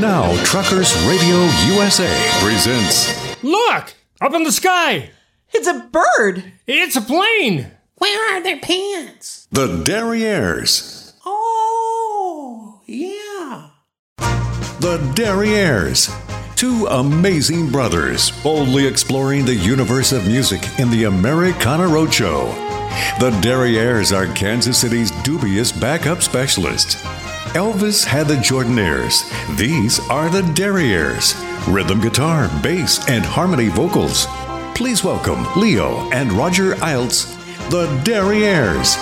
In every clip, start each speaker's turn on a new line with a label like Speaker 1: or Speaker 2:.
Speaker 1: now, Truckers Radio USA presents.
Speaker 2: Look! Up in the sky!
Speaker 3: It's a bird.
Speaker 2: It's a plane!
Speaker 4: Where are their pants?
Speaker 1: The Derriers.
Speaker 4: Oh, yeah.
Speaker 1: The Derriers. Two amazing brothers boldly exploring the universe of music in the Americana Roadshow. The Derriers are Kansas City's dubious backup specialists. Elvis had the Jordanaires. These are the Derriers. Rhythm guitar, bass, and harmony vocals. Please welcome Leo and Roger Iltz, the Derriers.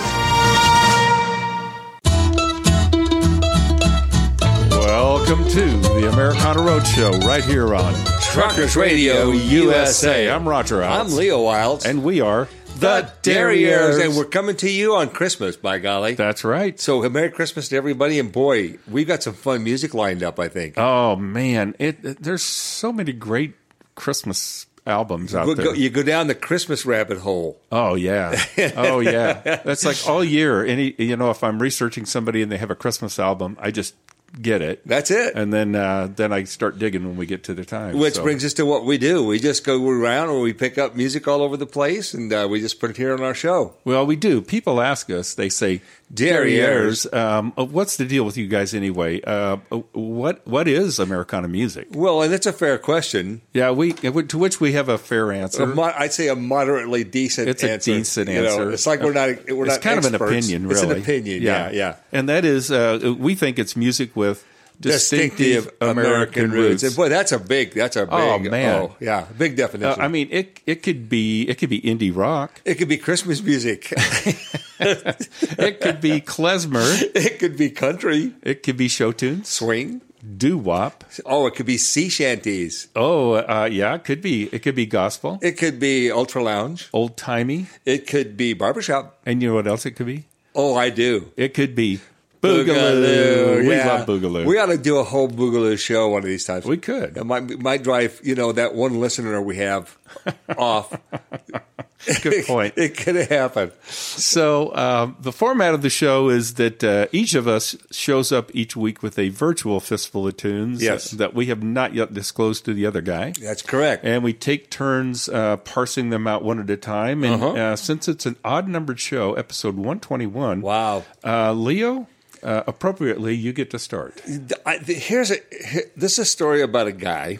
Speaker 5: Welcome to the Americana Roadshow, right here on
Speaker 6: Truckers Radio USA.
Speaker 5: I'm Roger
Speaker 6: I'm
Speaker 5: Alves.
Speaker 6: Leo Wilds.
Speaker 5: And we are
Speaker 6: the Derriers. And we're coming to you on Christmas, by golly.
Speaker 5: That's right.
Speaker 6: so, Merry Christmas to everybody. And boy, we've got some fun music lined up, I think.
Speaker 5: oh, man. It, it- there's so many great Christmas albums out
Speaker 6: We'll
Speaker 5: there.
Speaker 6: go, you go down the Christmas rabbit hole.
Speaker 5: Oh yeah, oh yeah. That's like all year. Any you know, if I'm researching somebody and they have a Christmas album, I just get it.
Speaker 6: That's it.
Speaker 5: and then uh, then I start digging when we get to the time.
Speaker 6: Which
Speaker 5: So-
Speaker 6: brings us to what we do. We just go around and we pick up music all over the place and uh, we just put it here on our show.
Speaker 5: well, we do. People ask us. They say,
Speaker 6: Derriers.
Speaker 5: "Derriers, um, uh, what's the deal with you guys anyway? Uh, uh, what what is Americana music?"
Speaker 6: Well, and that's a fair question.
Speaker 5: Yeah, we uh, to which we have a fair answer.
Speaker 6: A mo- I'd say a moderately decent
Speaker 5: It's a
Speaker 6: answer.
Speaker 5: decent
Speaker 6: You know,
Speaker 5: answer.
Speaker 6: it's like we're not, we're
Speaker 5: it's
Speaker 6: not
Speaker 5: kind of an
Speaker 6: experts.
Speaker 5: opinion,
Speaker 6: It's
Speaker 5: really.
Speaker 6: an opinion, yeah, yeah.
Speaker 5: And that is, uh, we think it's music with distinctive, American, roots.
Speaker 6: And boy, that's a big. That's a big.
Speaker 5: Oh, man.
Speaker 6: oh, yeah, big
Speaker 5: Uh,
Speaker 6: definition.
Speaker 5: I mean, it it could be it could be indie rock.
Speaker 6: it could be Christmas music.
Speaker 5: It could be klezmer.
Speaker 6: it could be country
Speaker 5: It could be show tunes,
Speaker 6: swing.
Speaker 5: doo wop.
Speaker 6: Oh, it could be sea shanties.
Speaker 5: Oh, uh, yeah, it could be it could be gospel,
Speaker 6: It could be ultra lounge.
Speaker 5: old timey.
Speaker 6: It could be barbershop.
Speaker 5: And you know what else it could be?
Speaker 6: Oh, I do.
Speaker 5: It could be boogaloo. We
Speaker 6: yeah.
Speaker 5: love boogaloo.
Speaker 6: We ought to do a whole boogaloo show one of these times.
Speaker 5: We could.
Speaker 6: It might might drive you know that one listener we have off.
Speaker 5: Good point.
Speaker 6: it could happen.
Speaker 5: So um, the format of the show is that uh, each of us shows up each week with a virtual fistful of tunes
Speaker 6: Yes.
Speaker 5: that we have not yet disclosed to the other guy.
Speaker 6: That's correct.
Speaker 5: And we take turns uh, parsing them out one at a time.
Speaker 6: Uh-huh.
Speaker 5: And uh since it's an odd numbered show, episode 121,
Speaker 6: Wow.
Speaker 5: uh, Leo, uh, appropriately, you get to start.
Speaker 6: I, th- here's a he- this is a story about a guy,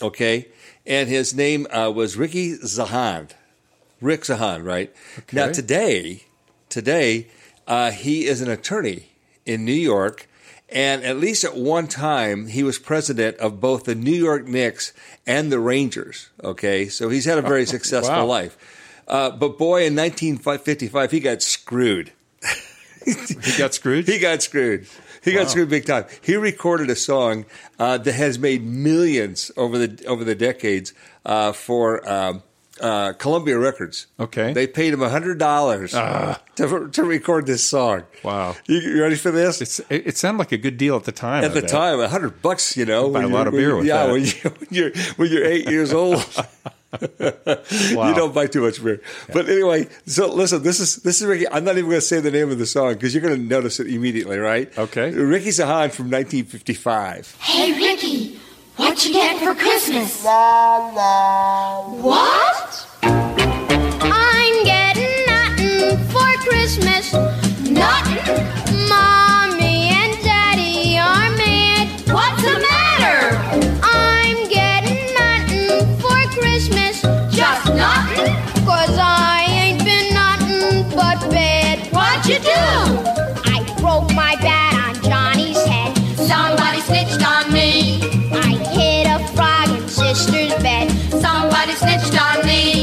Speaker 6: okay, and his name uh, was Ricky Zahand, Rick Zahand, right? Now
Speaker 5: Okay.
Speaker 6: today, today uh, he is an attorney in New York, and at least at one time he was president of both the New York Knicks and the Rangers. Okay, so he's had a very successful
Speaker 5: Wow.
Speaker 6: life, uh, but boy, in 1955 he got screwed.
Speaker 5: He got screwed?
Speaker 6: He got screwed. He got screwed big time. He recorded a song uh, that has made millions over the over the decades uh, for um, uh, Columbia Records.
Speaker 5: Okay. Ah.
Speaker 6: they paid him hundred dollars to to record this song.
Speaker 5: Wow.
Speaker 6: you, you ready for this?
Speaker 5: It's, it, it sounded like a good deal at the time.
Speaker 6: at
Speaker 5: I
Speaker 6: the
Speaker 5: bet.
Speaker 6: time, a hundred bucks, you know,
Speaker 5: Buy
Speaker 6: when
Speaker 5: a
Speaker 6: you-
Speaker 5: lot of
Speaker 6: when
Speaker 5: beer
Speaker 6: you-
Speaker 5: with
Speaker 6: yeah,
Speaker 5: that.
Speaker 6: When, you, when you're when you're eight years old,
Speaker 5: Wow.
Speaker 6: you don't buy too much beer. But anyway, so listen, this is this is Ricky. I'm not even going to say the name of the song because you're going to notice it immediately, right?
Speaker 5: Okay.
Speaker 6: Ricky Zahan from 1955.
Speaker 7: Hey, Ricky, what you get for Christmas? La, la. What? I'm getting nothing for Christmas. Nothing? Mommy and Daddy are mad. What's the matter? I'm getting nothing for Christmas. Just nothing? Cause I ain't been nothing but bad. What'd you do? I broke my bat on Johnny's head. Somebody snitched on me. I hit a frog in sister's bed. Somebody snitched on me.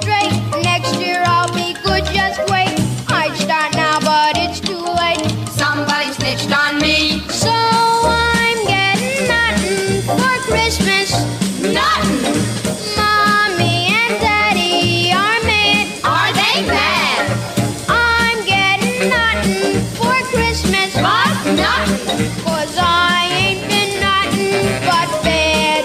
Speaker 7: straight. Next year I'll be good, just wait. I'd start now, but it's too late. Somebody snitched on me. So I'm getting nothing for Christmas. Nothing. Mommy and Daddy are mad. Are they mad? I'm getting nothing for Christmas. But nothing. Cause I ain't been nothing but bad.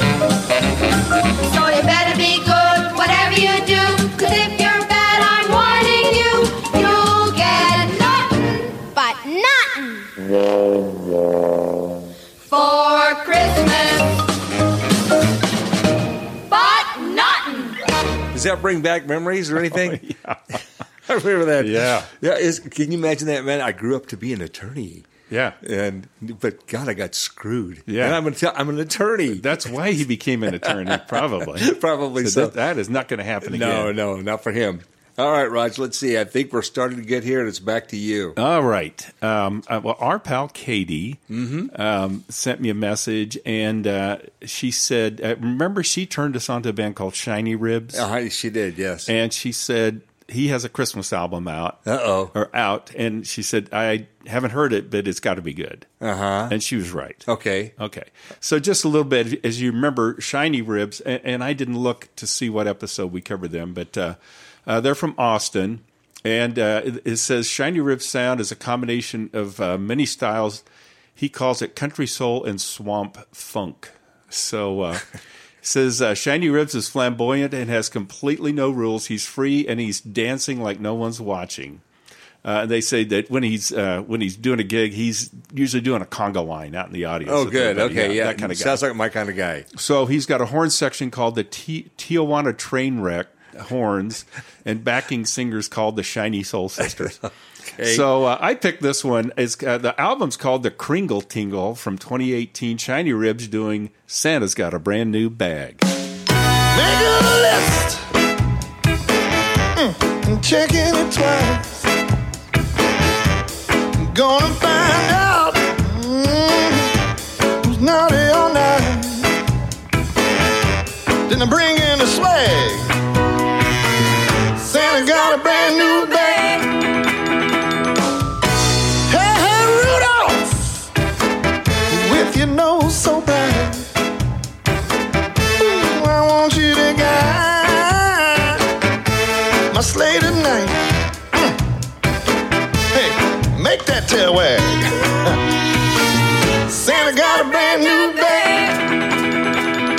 Speaker 7: So you better be good, whatever you do. Cause if you're bad, I'm warning you. You'll get nothing but nothing for Christmas. But nothing.
Speaker 6: Does that bring back memories or anything? I remember that.
Speaker 5: Oh, Yeah.
Speaker 6: Yeah. Is, can you imagine that, man? I grew up to be an attorney.
Speaker 5: Yeah.
Speaker 6: And but God, I got screwed.
Speaker 5: Yeah.
Speaker 6: And I'm an att- I'm an attorney.
Speaker 5: That's why he became an attorney, probably.
Speaker 6: Probably
Speaker 5: So
Speaker 6: so.
Speaker 5: that- that is not going to happen again.
Speaker 6: no, no, not for him. All right, Raj. Let's see. I think we're starting to get here, and it's back to you.
Speaker 5: All right. Um, uh, well, our pal Katie
Speaker 6: Mm-hmm.
Speaker 5: um, sent me a message, and uh, she said, uh, "Remember, she turned us onto a band called Shiny Ribs."
Speaker 6: Uh, she did. Yes.
Speaker 5: and she said he has a Christmas album out.
Speaker 6: Uh-oh.
Speaker 5: Or out, and she said I haven't heard it, but it's got to be good. Uh huh. And she was right.
Speaker 6: Uh-huh. okay.
Speaker 5: Okay. So just a little bit, as you remember, Shiny Ribs, and, and I didn't look to see what episode we covered them, but uh, uh, they're from Austin. And uh, it, it says Shiny Ribs sound is a combination of uh, many styles. He calls it country soul and swamp funk. So uh, it says uh, Shiny Ribs is flamboyant and has completely no rules. He's free and he's dancing like no one's watching. Uh, they say that when he's uh, when he's doing a gig, he's usually doing a conga line out in the audience.
Speaker 6: Oh,
Speaker 5: with
Speaker 6: good.
Speaker 5: everybody.
Speaker 6: Okay. Yeah.
Speaker 5: that kind of guy.
Speaker 6: Sounds like my kind of guy.
Speaker 5: so he's got a horn section called the T- Tijuana Trainwreck Horns, and backing singers called the Shiny Soul Sisters. So uh, I picked this one. It's, uh, the album's called The Kringle Tingle from 2018. Shiny Ribs doing Santa's Got a Brand New Bag.
Speaker 3: Make a list. Mm, I'm checking it twice. Gonna find out mm, who's naughty or nice. Then I bring in the swag. Santa got a brand new bag. Hey, hey, Rudolph, with your nose so bright. I want you to guide my sleigh tonight. Mm. Hey, make that tail wag. Santa got a brand new bag.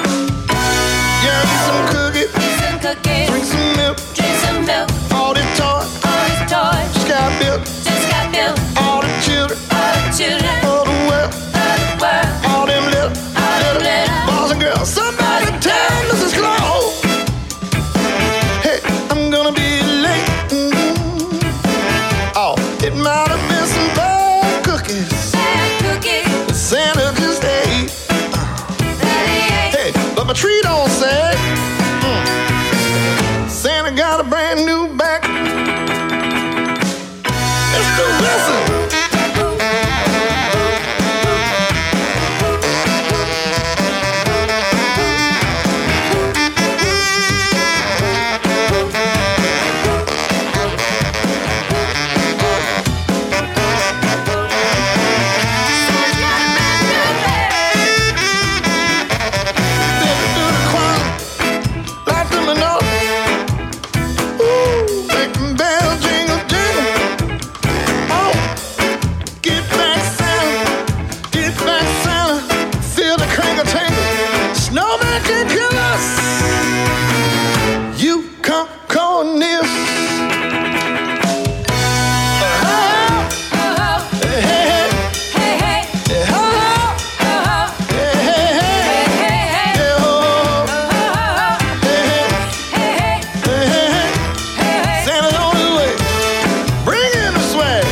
Speaker 3: Yeah, eat some cookies,
Speaker 8: Some cookies,
Speaker 3: drink some milk,
Speaker 8: drink some milk,
Speaker 3: all the toys,
Speaker 8: all his toys.
Speaker 3: just got built,
Speaker 8: Just got built
Speaker 3: all the children,
Speaker 8: all the children
Speaker 3: all the wealth,
Speaker 8: of the world.
Speaker 3: all them
Speaker 8: them
Speaker 3: little, little
Speaker 8: little
Speaker 3: boys and girls. Somebody tell Mrs. Claus. Hey, I'm gonna be late. Mhm. Oh, it might have been some bad cookies
Speaker 8: Bad cookies
Speaker 3: that Santa just ate.
Speaker 8: that he ate.
Speaker 3: Hey, but my tree don't say. Mm. Santa got a brand new back. Mr. Wilson.
Speaker 7: Got a brand new bag.
Speaker 8: Oh,
Speaker 3: Hey, hey,
Speaker 8: oh, hey, hey,
Speaker 3: hey, ho,
Speaker 8: oh, oh,
Speaker 3: ho, hey, hey, hey,
Speaker 8: hey, hey, hey,
Speaker 3: hey, ho,
Speaker 8: oh, oh, oh,
Speaker 3: ho, hey, hey.
Speaker 8: hey, hey,
Speaker 3: Hey, hey, hey,
Speaker 8: hey, hey.
Speaker 3: Santa's on his way. Bring in the swag.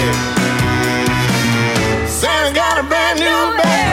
Speaker 3: Santa got a brand new bag.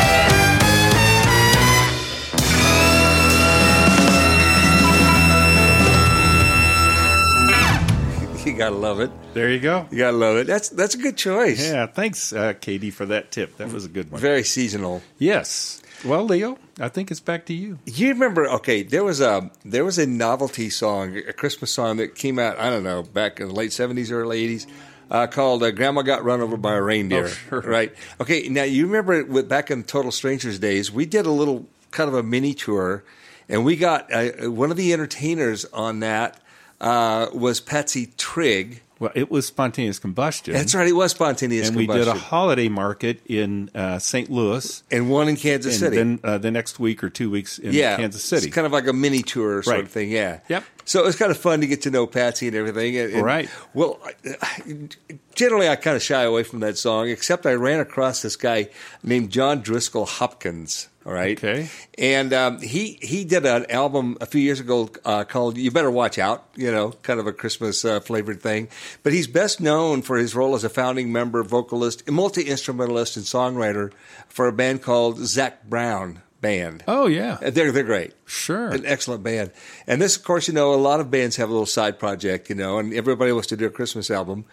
Speaker 6: You gotta love it.
Speaker 5: There you go.
Speaker 6: You gotta love it. That's that's a good choice.
Speaker 5: Yeah, thanks, uh, Katie, for that tip. That was a good one.
Speaker 6: Very seasonal.
Speaker 5: Yes. Well, Leo, I think it's back to you.
Speaker 6: You remember? Okay, there was a there was a novelty song, a Christmas song that came out. I don't know, back in the late seventies, early eighties, uh, called uh, "Grandma Got Run Over by a Reindeer."
Speaker 5: Oh, sure.
Speaker 6: Right. Okay. Now you remember with, back in Total Strangers days, we did a little kind of a mini tour, and we got uh, one of the entertainers on that uh, was Patsy Trigg.
Speaker 5: Well, it was spontaneous combustion.
Speaker 6: That's right. It was spontaneous
Speaker 5: And we
Speaker 6: combustion,
Speaker 5: did a holiday market in uh, St. Louis,
Speaker 6: and one in Kansas
Speaker 5: and
Speaker 6: City.
Speaker 5: then uh, the next week or two weeks in
Speaker 6: yeah,
Speaker 5: Kansas City.
Speaker 6: It's kind of like a mini tour sort
Speaker 5: Right.
Speaker 6: of thing. Yeah.
Speaker 5: Yep.
Speaker 6: So it was kind of fun to get to know Patsy and everything. And, and-
Speaker 5: Right.
Speaker 6: Well, I- I- generally I kind of shy away from that song, except I ran across this guy named John Driscoll Hopkins. All right.
Speaker 5: Okay.
Speaker 6: And um, he he did an album a few years ago uh, called "You Better Watch Out," you know, kind of a Christmas uh, flavored thing. But he's best known for his role as a founding member, vocalist, multi instrumentalist, and songwriter for a band called Zach Brown Band.
Speaker 5: oh, yeah.
Speaker 6: Uh, They're they're great.
Speaker 5: Sure.
Speaker 6: An excellent band. And this, of course, you know, a lot of bands have a little side project, you know, and everybody wants to do a Christmas album,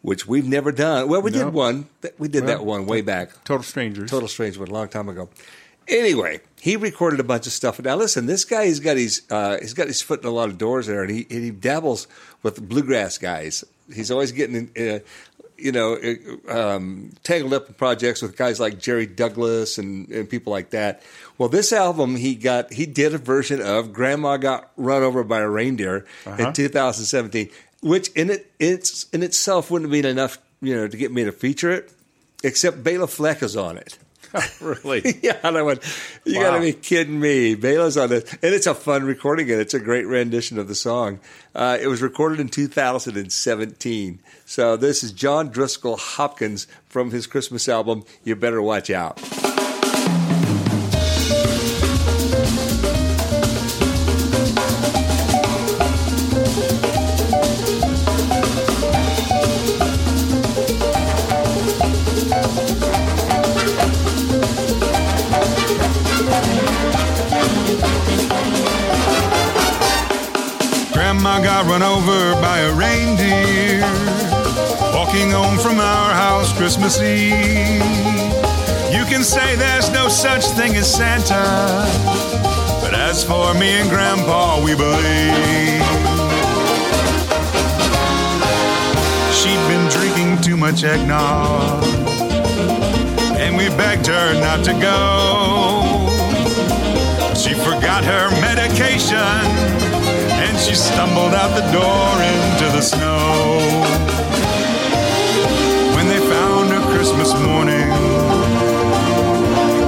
Speaker 6: which we've never done. Well, we
Speaker 5: No.
Speaker 6: did one. Th- We did that one way back.
Speaker 5: Total strangers.
Speaker 6: Total Strange one, a long time ago. Anyway, he recorded a bunch of stuff. Now, listen, this guy, he's got his, uh, he's got his foot in a lot of doors there, and he, and he dabbles with bluegrass guys. He's always getting, uh, you know, uh, um, tangled up in projects with guys like Jerry Douglas and, and people like that. Well, this album, he got, he did a version of "Grandma Got Run Over by a Reindeer"
Speaker 5: Uh-huh.
Speaker 6: in 2017, which in it, it's in itself wouldn't mean enough, you know, to get me to feature it except Bela Fleck is on it.
Speaker 5: really?
Speaker 6: yeah, and I went, you
Speaker 5: Wow.
Speaker 6: gotta be kidding me. Bela's on it. And it's a fun recording, and it's a great rendition of the song. Uh, it was recorded in 2017. So this is John Driscoll Hopkins from his Christmas album, You Better Watch Out.
Speaker 9: Grandma got run over by a reindeer walking home from our house Christmas Eve. You can say there's no such thing as Santa, but as for me and Grandpa, we believe. She'd been drinking too much eggnog, and we begged her not to go. She forgot her medication and she stumbled out the door into the snow. When they found her Christmas morning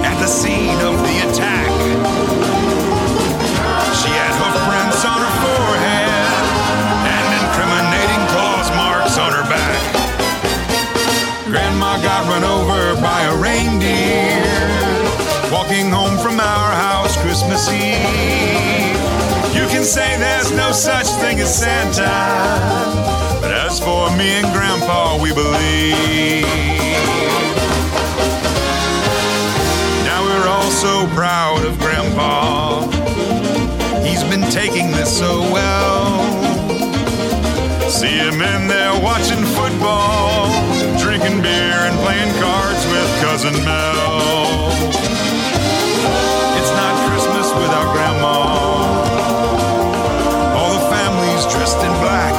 Speaker 9: at the scene of the attack, she had hoof prints on her forehead and incriminating claws marks on her back. Grandma got run over by a reindeer walking home from our house Christmas Eve. You can say there's no such thing as Santa, but as for me and Grandpa, we believe. Now we're all so proud of Grandpa. He's been taking this so well. See him in there watching football, drinking beer and playing cards with Cousin Mel. It's not Christmas without Grandma. All the family's dressed in black.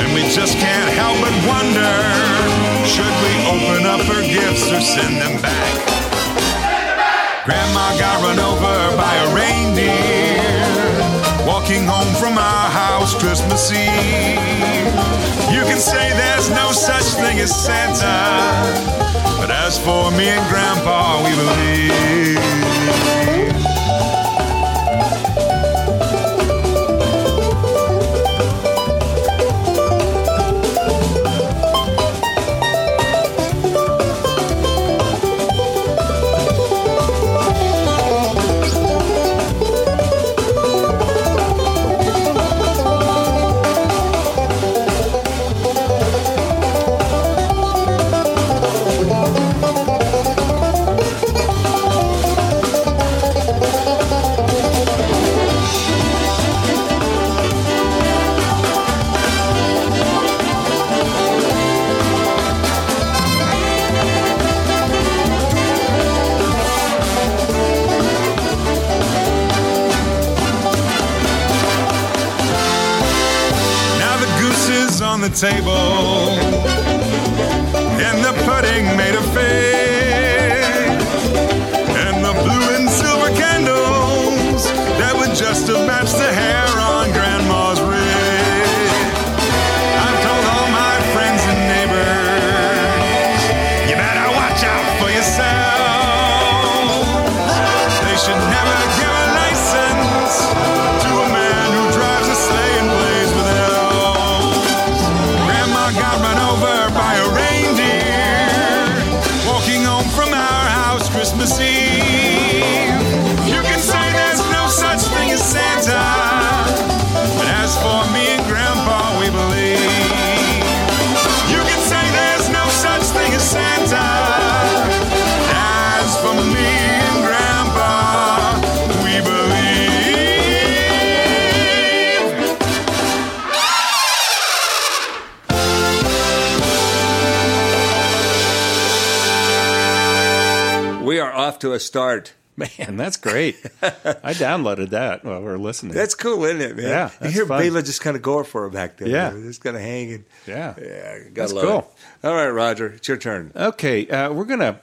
Speaker 9: And we just can't help but wonder should we open up her gifts or send them back? Grandma got run over by a reindeer walking home from our house Christmas Eve. You can say there's no such thing as Santa, but as for me and Grandpa, we believe. aces on the table, and the pudding made a fig, and the blue and silver candles that would just have matched the hair on Grandma's rig. I've told all my friends and neighbors, you better watch out for yourself. They should never give a license to a man who drives a sleigh and plays with elves. Grandma got run over by a reindeer walking home from our house Christmas Eve. You can say there's no such thing as Santa, but as for me and Grandpa, we believe. You can say there's no such thing as Santa. As for me and Grandpa, we believe.
Speaker 6: We are off to a start.
Speaker 5: Man, that's great. I downloaded that while we are listening.
Speaker 6: That's cool, isn't it, man?
Speaker 5: Yeah,
Speaker 6: you
Speaker 5: that's
Speaker 6: hear
Speaker 5: fun.
Speaker 6: Bela just kind of going for it back there.
Speaker 5: Yeah.
Speaker 6: you know, just kind of hanging.
Speaker 5: Yeah.
Speaker 6: yeah, gotta
Speaker 5: That's
Speaker 6: love
Speaker 5: cool.
Speaker 6: it. All right, Roger, it's your turn.
Speaker 5: okay, uh, we're gonna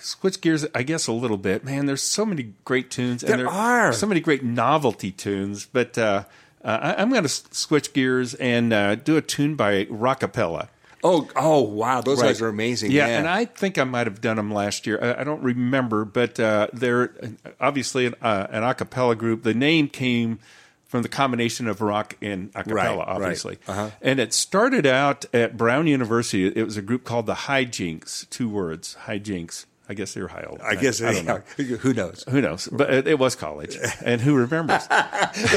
Speaker 5: switch gears, I guess, a little bit. Man, there's so many great tunes, and
Speaker 6: There are.
Speaker 5: so many great novelty tunes. But uh, uh, I, I'm gonna s- switch gears and uh, do a tune by Rockapella.
Speaker 6: Oh, oh, wow, those
Speaker 5: Right.
Speaker 6: guys are amazing.
Speaker 5: Yeah, and I think I might have done them last year. I, I don't remember, but uh, they're uh, obviously an, uh, an a cappella group. The name came from the combination of rock and a cappella,
Speaker 6: Right, right.
Speaker 5: obviously.
Speaker 6: Uh-huh.
Speaker 5: And it started out at Brown University. It was a group called the Hijinks, two words, Hijinks. I guess they were high.
Speaker 6: I guess
Speaker 5: I don't know.
Speaker 6: who knows?
Speaker 5: Who knows? But it, it was college, and who remembers?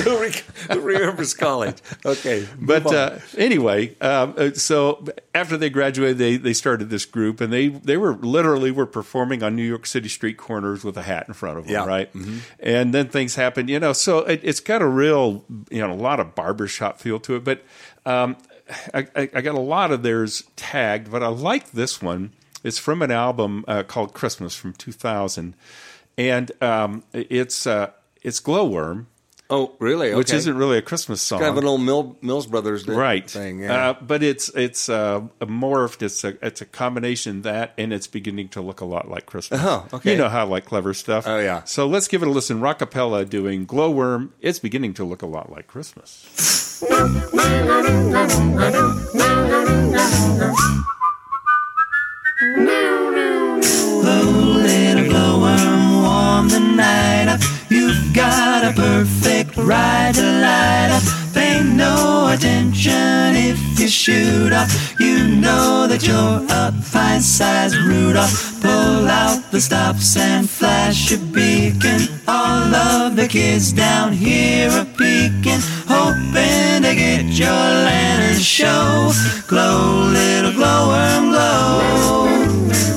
Speaker 6: who, re- who remembers college? Okay,
Speaker 5: But
Speaker 6: move on.
Speaker 5: uh, anyway, um, uh, so after they graduated, they, they started this group, and they, they were literally were performing on New York City street corners with a hat in front of them,
Speaker 6: Yeah. Mm-hmm.
Speaker 5: right? And then things happened, you know. So it, it's got a real, you know, a lot of barbershop feel to it. But um, I, I, I got a lot of theirs tagged, but I like this one. It's from an album uh, called Christmas from 2000, and um, it's uh, it's Glowworm,
Speaker 6: oh, really? Okay.
Speaker 5: which isn't really a Christmas song.
Speaker 6: kind of an old Mill, Mills Brothers
Speaker 5: right
Speaker 6: thing. Yeah.
Speaker 5: uh, but it's it's uh, morphed it's a it's a combination of that and it's beginning to look a lot like christmas
Speaker 6: Oh, okay.
Speaker 5: you know how I like clever stuff
Speaker 6: Oh, yeah.
Speaker 5: so let's give it a listen rockapella doing glowworm it's beginning to look a lot like christmas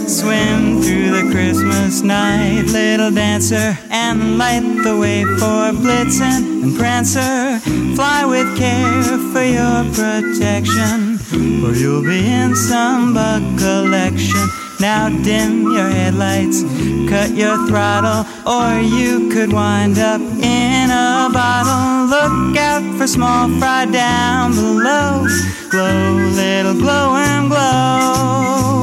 Speaker 10: Swim through the Christmas night, little dancer, and light the way for Blitzen and Prancer. Fly with care for your protection, or you'll be in some bug collection. Now dim your headlights, cut your throttle, or you could wind up in a bottle. Look out for small fry down below. Glow, little glow and glow.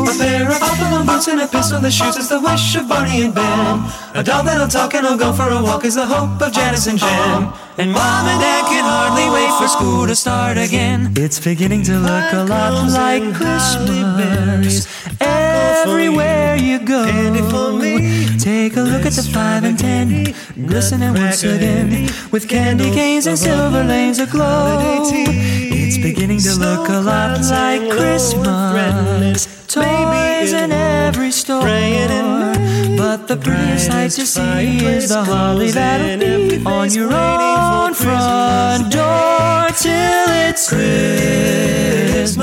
Speaker 11: A pair of buffalo boots and a pistol that shoots is the wish of Barney and Ben. A doll that'll talk and will go for a walk is the hope of Janice and Jen. And mom and dad can hardly wait for school to start again.
Speaker 10: It's beginning to look a lot like Christmas everywhere you go. Take a look at the five and ten, glistening once again with candy canes and silver lanes aglow. It's beginning to look a lot like Christmas. Toys in every store, but the prettiest sight to see is the holly that'll be on your own front door till it's Christmas.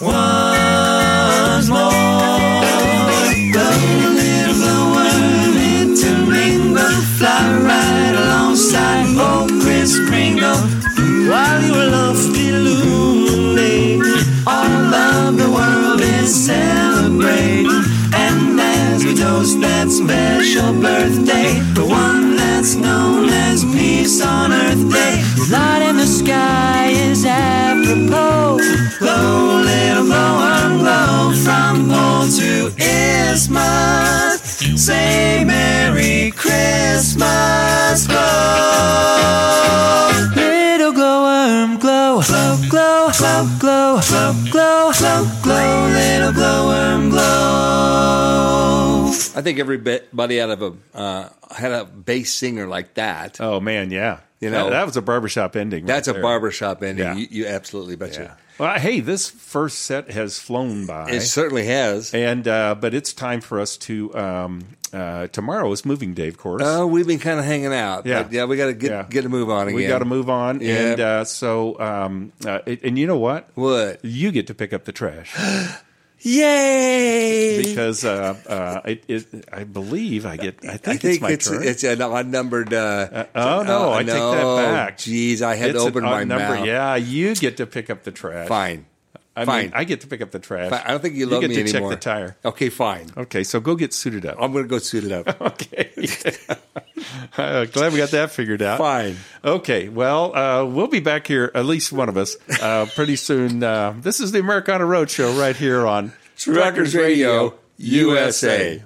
Speaker 10: Once more. Light in the sky is at
Speaker 12: Christmas glow. Little glowworm glow, glow, glow, glow, glow, glow, glow, glow, glow, little glowworm glow.
Speaker 6: I think everybody out of a uh, had a bass singer like that.
Speaker 5: Oh man, yeah.
Speaker 6: You know-
Speaker 5: that, that was a barbershop ending.
Speaker 6: That's
Speaker 5: right
Speaker 6: a
Speaker 5: there.
Speaker 6: barbershop ending.
Speaker 5: Yeah.
Speaker 6: You, you absolutely betcha.
Speaker 5: Yeah. Well, hey, this first set has flown by.
Speaker 6: It certainly has.
Speaker 5: and uh, but it's time for us to um, uh, tomorrow is moving day, of course.
Speaker 6: Oh, we've been kind of hanging out.
Speaker 5: Yeah.
Speaker 6: But Uh, yeah, we got to get
Speaker 5: Yeah.
Speaker 6: get a move on again.
Speaker 5: we got to move on,
Speaker 6: Yeah.
Speaker 5: and uh, so um, uh, and- and you know what?
Speaker 6: What?
Speaker 5: You get to pick up the trash
Speaker 6: Yay!
Speaker 5: because uh, uh, it, it, I believe I get. I think,
Speaker 6: I think
Speaker 5: it's my
Speaker 6: it's
Speaker 5: turn.
Speaker 6: it's an odd numbered. Uh,
Speaker 5: oh no, I take
Speaker 6: no.
Speaker 5: that back.
Speaker 6: Jeez, I had
Speaker 5: It's
Speaker 6: to
Speaker 5: an
Speaker 6: open my
Speaker 5: odd number.
Speaker 6: mouth.
Speaker 5: Yeah, you get to pick up the trash.
Speaker 6: Fine.
Speaker 5: I
Speaker 6: Fine.
Speaker 5: mean, I get to pick up the trash.
Speaker 6: Fine. I don't think you love
Speaker 5: get
Speaker 6: me
Speaker 5: to
Speaker 6: anymore.
Speaker 5: Check the tire.
Speaker 6: Okay, fine.
Speaker 5: Okay, so go get suited up.
Speaker 6: I'm gonna go suit it up.
Speaker 5: Okay. Uh, glad we got that figured out.
Speaker 6: Fine.
Speaker 5: Okay. Well, uh, we'll be back here, at least one of us, uh, pretty soon. Uh, this is the Americana Roadshow right here on
Speaker 6: Truckers Radio USA.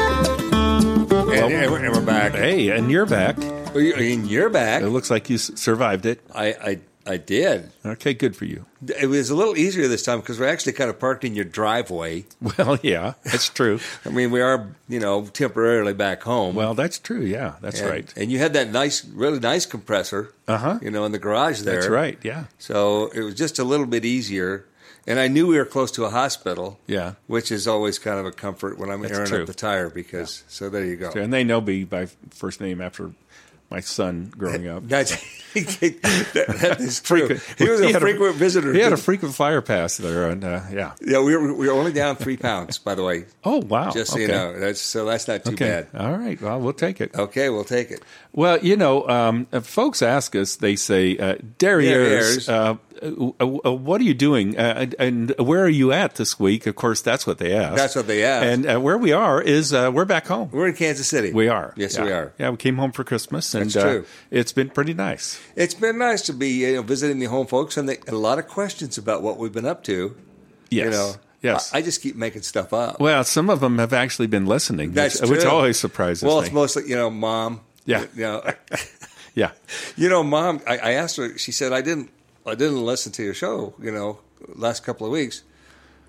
Speaker 6: And, and we're- and we're back.
Speaker 5: Hey, and you're back.
Speaker 6: Well, you- And you're back.
Speaker 5: It looks like you s- survived it.
Speaker 6: I, I I did.
Speaker 5: Okay, good for you.
Speaker 6: It was a little easier this time because we're actually kind of parked in your driveway.
Speaker 5: Well, yeah, that's true.
Speaker 6: I mean, we are you know temporarily back home.
Speaker 5: well, that's true. Yeah, that's
Speaker 6: and,
Speaker 5: right.
Speaker 6: And you had that nice, really nice compressor.
Speaker 5: Uh-huh.
Speaker 6: You know, in the garage there.
Speaker 5: That's right. Yeah.
Speaker 6: So it was just a little bit easier. And I knew we were close to a hospital.
Speaker 5: Yeah.
Speaker 6: Which is always kind of a comfort when I'm
Speaker 5: That's
Speaker 6: airing
Speaker 5: true.
Speaker 6: up the tire because, so there you go.
Speaker 5: And they know me by first name after my son growing up.
Speaker 6: That's, that, that is true. He was a
Speaker 5: had
Speaker 6: frequent visitor.
Speaker 5: He had a frequent flyer pass there, and uh, yeah.
Speaker 6: yeah, we were, we were only down three pounds, by the way.
Speaker 5: Oh wow!
Speaker 6: Just so you
Speaker 5: Okay.
Speaker 6: know. That's, so that's not too
Speaker 5: Okay.
Speaker 6: bad.
Speaker 5: All right. Well, we'll take it.
Speaker 6: Okay, we'll take it.
Speaker 5: Well, you know, um, uh, folks ask us. They say, uh, "Derriers,
Speaker 6: Derriers.
Speaker 5: uh, uh, uh, what are you doing? Uh, and- and where are you at this week?" Of course, that's what they ask.
Speaker 6: That's what they ask.
Speaker 5: And uh, where we are is uh, we're back home.
Speaker 6: We're in Kansas City.
Speaker 5: We are.
Speaker 6: Yes,
Speaker 5: Yeah.
Speaker 6: we are.
Speaker 5: Yeah, we came home for Christmas, and
Speaker 6: That's true.
Speaker 5: Uh, it's been pretty nice.
Speaker 6: It's been nice to be you know, visiting the home folks, and they, a lot of questions about what we've been up to.
Speaker 5: Yes.
Speaker 6: You know,
Speaker 5: Yes.
Speaker 6: I, I just keep making stuff up.
Speaker 5: well, some of them have actually been listening,
Speaker 6: That's
Speaker 5: which, which
Speaker 6: true.
Speaker 5: always surprises
Speaker 6: well,
Speaker 5: me.
Speaker 6: it's mostly you know, mom.
Speaker 5: Yeah.
Speaker 6: You know,
Speaker 5: yeah.
Speaker 6: you know, mom. I, I asked her. She said, "I didn't, I didn't listen to your show. You know, last couple of weeks."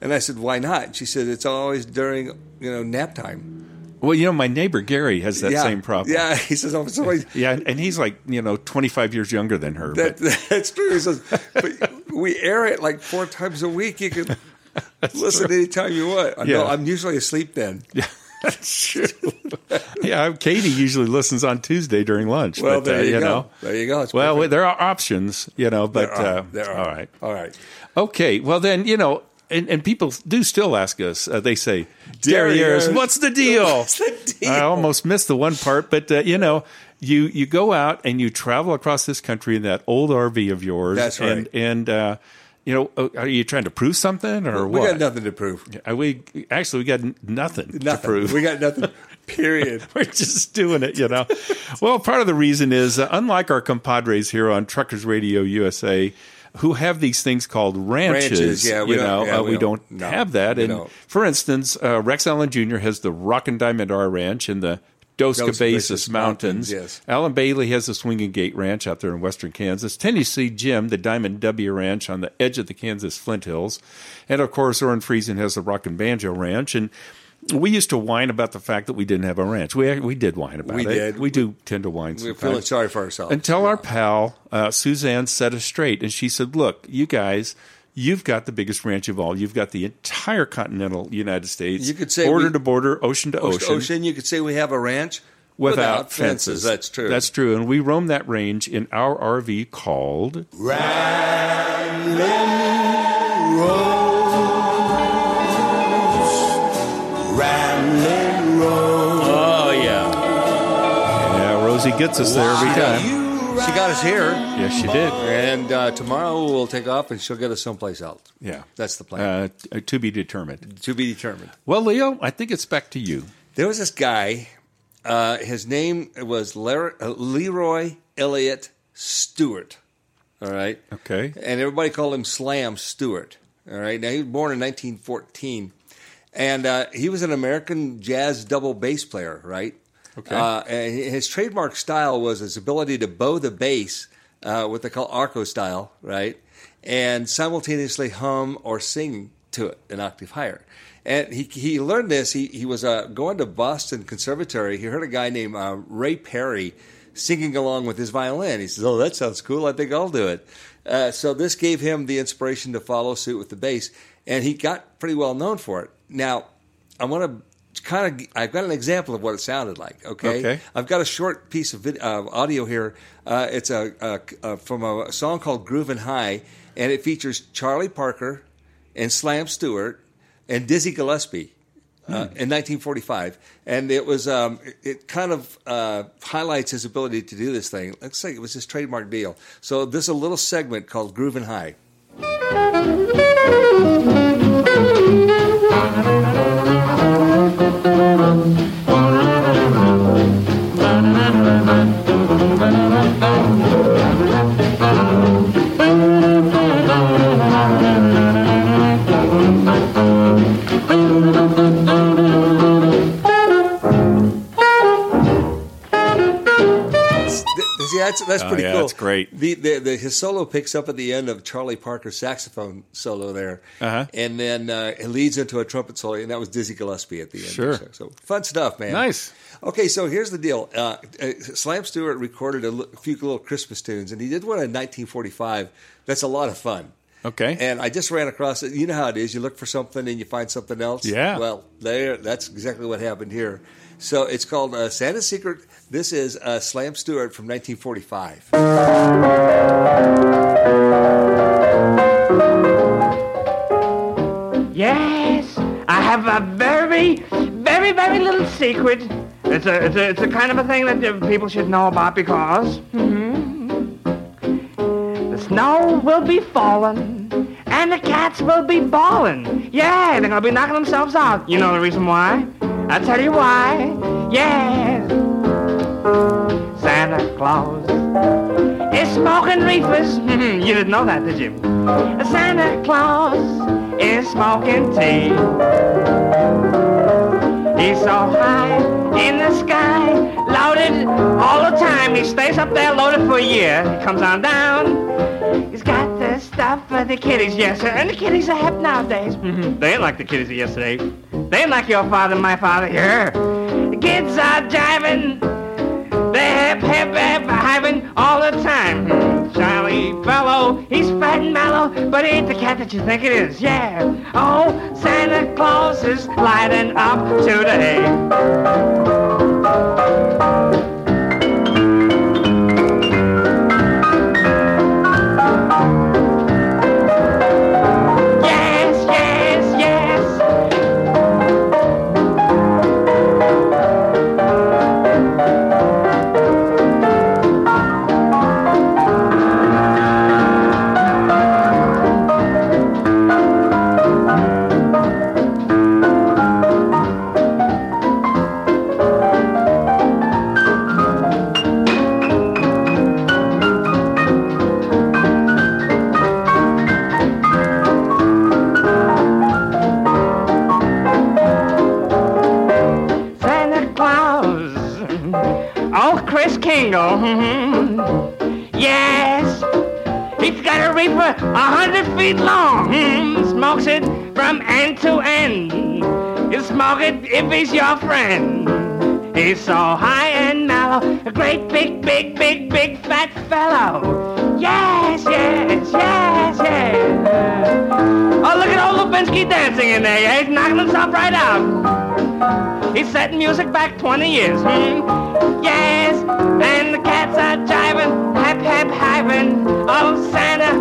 Speaker 6: And I said, "Why not?" And she said, "It's always during you know nap time."
Speaker 5: Well, you know, my neighbor Gary has that
Speaker 6: yeah.
Speaker 5: same problem.
Speaker 6: Yeah. He says, "Oh, it's always."
Speaker 5: Yeah, and- and he's like you know twenty five years younger than her.
Speaker 6: That,
Speaker 5: but
Speaker 6: that's true. He says, but we air it like four times a week. You can listen anytime you want. I know
Speaker 5: Yeah.
Speaker 6: I'm usually asleep then.
Speaker 5: yeah, Katie usually listens on Tuesday during lunch.
Speaker 6: Well,
Speaker 5: but,
Speaker 6: there
Speaker 5: uh,
Speaker 6: you go.
Speaker 5: know,
Speaker 6: There you go. It's
Speaker 5: well,
Speaker 6: perfect.
Speaker 5: there are options, you know. But
Speaker 6: There are.
Speaker 5: uh,
Speaker 6: There are.
Speaker 5: all right,
Speaker 6: All right.
Speaker 5: okay. Well, then you know, and, and people do still ask us. Uh, they say, "Derriers,
Speaker 6: Derriers.
Speaker 5: what's the deal?"
Speaker 6: What's the deal?
Speaker 5: I almost missed the one part, but uh, you know. You, you go out and you travel across this country in that old RV of yours.
Speaker 6: That's right.
Speaker 5: And, and uh, you know, uh, are you trying to prove something or
Speaker 6: We
Speaker 5: what?
Speaker 6: got nothing to prove.
Speaker 5: Uh, We actually we got n- nothing, to
Speaker 6: Nothing.
Speaker 5: prove.
Speaker 6: We got nothing. Period.
Speaker 5: We're just doing it, you know. well, part of the reason is uh, unlike our compadres here on Truckers Radio USA, who have these things called ranches,
Speaker 6: Ranches, yeah,
Speaker 5: you
Speaker 6: we don't-
Speaker 5: know,
Speaker 6: yeah,
Speaker 5: uh,
Speaker 6: we
Speaker 5: we
Speaker 6: don't.
Speaker 5: don't,
Speaker 6: No,
Speaker 5: have that.
Speaker 6: we
Speaker 5: and
Speaker 6: don't.
Speaker 5: for instance, uh, Rex Allen Jr. has the Rock and Diamond R Ranch in the Dos,
Speaker 6: Dos
Speaker 5: Cabezas,
Speaker 6: Cabezas
Speaker 5: Mountains.
Speaker 6: Mountains, yes.
Speaker 5: Alan Bailey has the Swinging Gate Ranch out there in western Kansas. Tennessee Jim, the Diamond W Ranch on the edge of the Kansas Flint Hills. And of course, Orrin Friesen has the Rock and Banjo Ranch. And we used to whine about the fact that we didn't have a ranch. We we did whine about
Speaker 6: We
Speaker 5: it.
Speaker 6: did.
Speaker 5: We do tend to whine
Speaker 6: We're
Speaker 5: sometimes.
Speaker 6: feeling sorry for ourselves.
Speaker 5: Until our pal uh, Suzanne set us straight, and she said, "Look, you guys." You've got the biggest ranch of all. You've got the entire continental United States.
Speaker 6: You could say
Speaker 5: border
Speaker 6: we-
Speaker 5: to border, ocean to
Speaker 6: Oh, ocean. you could say we have a ranch
Speaker 5: without, fences.
Speaker 6: That's true.
Speaker 5: That's true. And we roam that range in our RV called.
Speaker 6: Oh yeah.
Speaker 5: Yeah, Rosie gets us there every time.
Speaker 6: She got us here,
Speaker 5: Yes, she did.
Speaker 6: and uh, tomorrow we'll take off, and she'll get us someplace else.
Speaker 5: Yeah.
Speaker 6: That's the plan.
Speaker 5: Uh, t- to be determined.
Speaker 6: to be determined.
Speaker 5: Well, Leo, I think it's back to you.
Speaker 6: There was this guy. Uh, his name was Lar- uh, Leroy Elliott Stewart. All right.
Speaker 5: Okay.
Speaker 6: And everybody called him Slam Stewart. All right. Now he was born in 1914, And uh, he was an American jazz double bass player, right?
Speaker 5: Okay.
Speaker 6: Uh, and his trademark style was his ability to bow the bass, uh, what they call arco style, right? And simultaneously hum or sing to it an octave higher. And he, he learned this. He, he was uh, going to Boston Conservatory. He heard a guy named uh, Ray Perry singing along with his violin. He says, Oh, that sounds cool. I think I'll do it. Uh, so this gave him the inspiration to follow suit with the bass, and he got pretty well known for it. Now, I want to kind of, I've got an example of what it sounded like, okay?
Speaker 5: Okay.
Speaker 6: I've got a short piece of vid- uh, audio here. Uh, it's a, a, a, from a song called Groovin' High, and it features Charlie Parker and Slam Stewart and Dizzy Gillespie. Uh,
Speaker 5: Uh-huh. Hmm.
Speaker 6: in 1945, and it was um, it, it kind of uh, highlights his ability to do this thing. Looks like it was his trademark deal. So this is a little segment called Groovin' High. Th- See, that's that's
Speaker 5: Oh,
Speaker 6: pretty
Speaker 5: yeah,
Speaker 6: cool.
Speaker 5: that's great.
Speaker 6: The, the, the his solo picks up at the end of Charlie Parker's saxophone solo there,
Speaker 5: Uh-huh.
Speaker 6: and then uh, it leads into a trumpet solo, and that was Dizzy Gillespie at the end.
Speaker 5: Sure.
Speaker 6: So, so fun stuff, man.
Speaker 5: Nice.
Speaker 6: Okay, so here's the deal. Uh, uh, Slam Stewart recorded a l- few little Christmas tunes, and he did one in 1945. That's a lot of fun.
Speaker 5: Okay.
Speaker 6: And I just ran across it. You know how it is. You look for something and you find something else.
Speaker 5: Yeah.
Speaker 6: Well, there. That's exactly what happened here. So it's called uh, Santa's Secret. This is uh, Slam Stewart from 1945.
Speaker 13: Yes, I have a very, very, very little secret. It's a, it's a, it's a kind of a thing that uh, people should know about because mhm, the snow will be falling and the cats will be bawling. Yeah, they're gonna be knocking themselves out. You know the reason why? I'll tell you why. Yes, Santa Claus is smoking reefers. Mhm, you didn't know that, did you? Santa Claus is smoking tea. He's so high in the sky, loaded all the time. He stays up there loaded for a year. He comes on down. He's got the stuff for the kiddies, yes, sir. And the kiddies are hip nowadays. Mhm. they ain't like the kiddies of yesterday. They ain't like your father and my father. Yeah. The kids are jiving. They're hip, hip, hip, hiving all the time. Mhm. Charlie fellow, he's fat and mellow, but he ain't the cat that you think it is. Yeah. Oh, Santa Claus is lighting up today. Yes, yes, yes. Santa Claus. Oh, Chris Kingle. mhm. yes. He's got a reaper a hundred feet long. mhm. Smokes it from end to end. You smoke it if he's your friend. He's so high and mellow. A great big, big, big, big fat fellow. Yes, yes, yes, yes. Oh, look at old Lubinsky dancing in there. Yeah, he's knocking himself right out. He's setting music back 20 years. Hmm? Yes, and the cats are jiving, hap hap hiving. Oh Santa,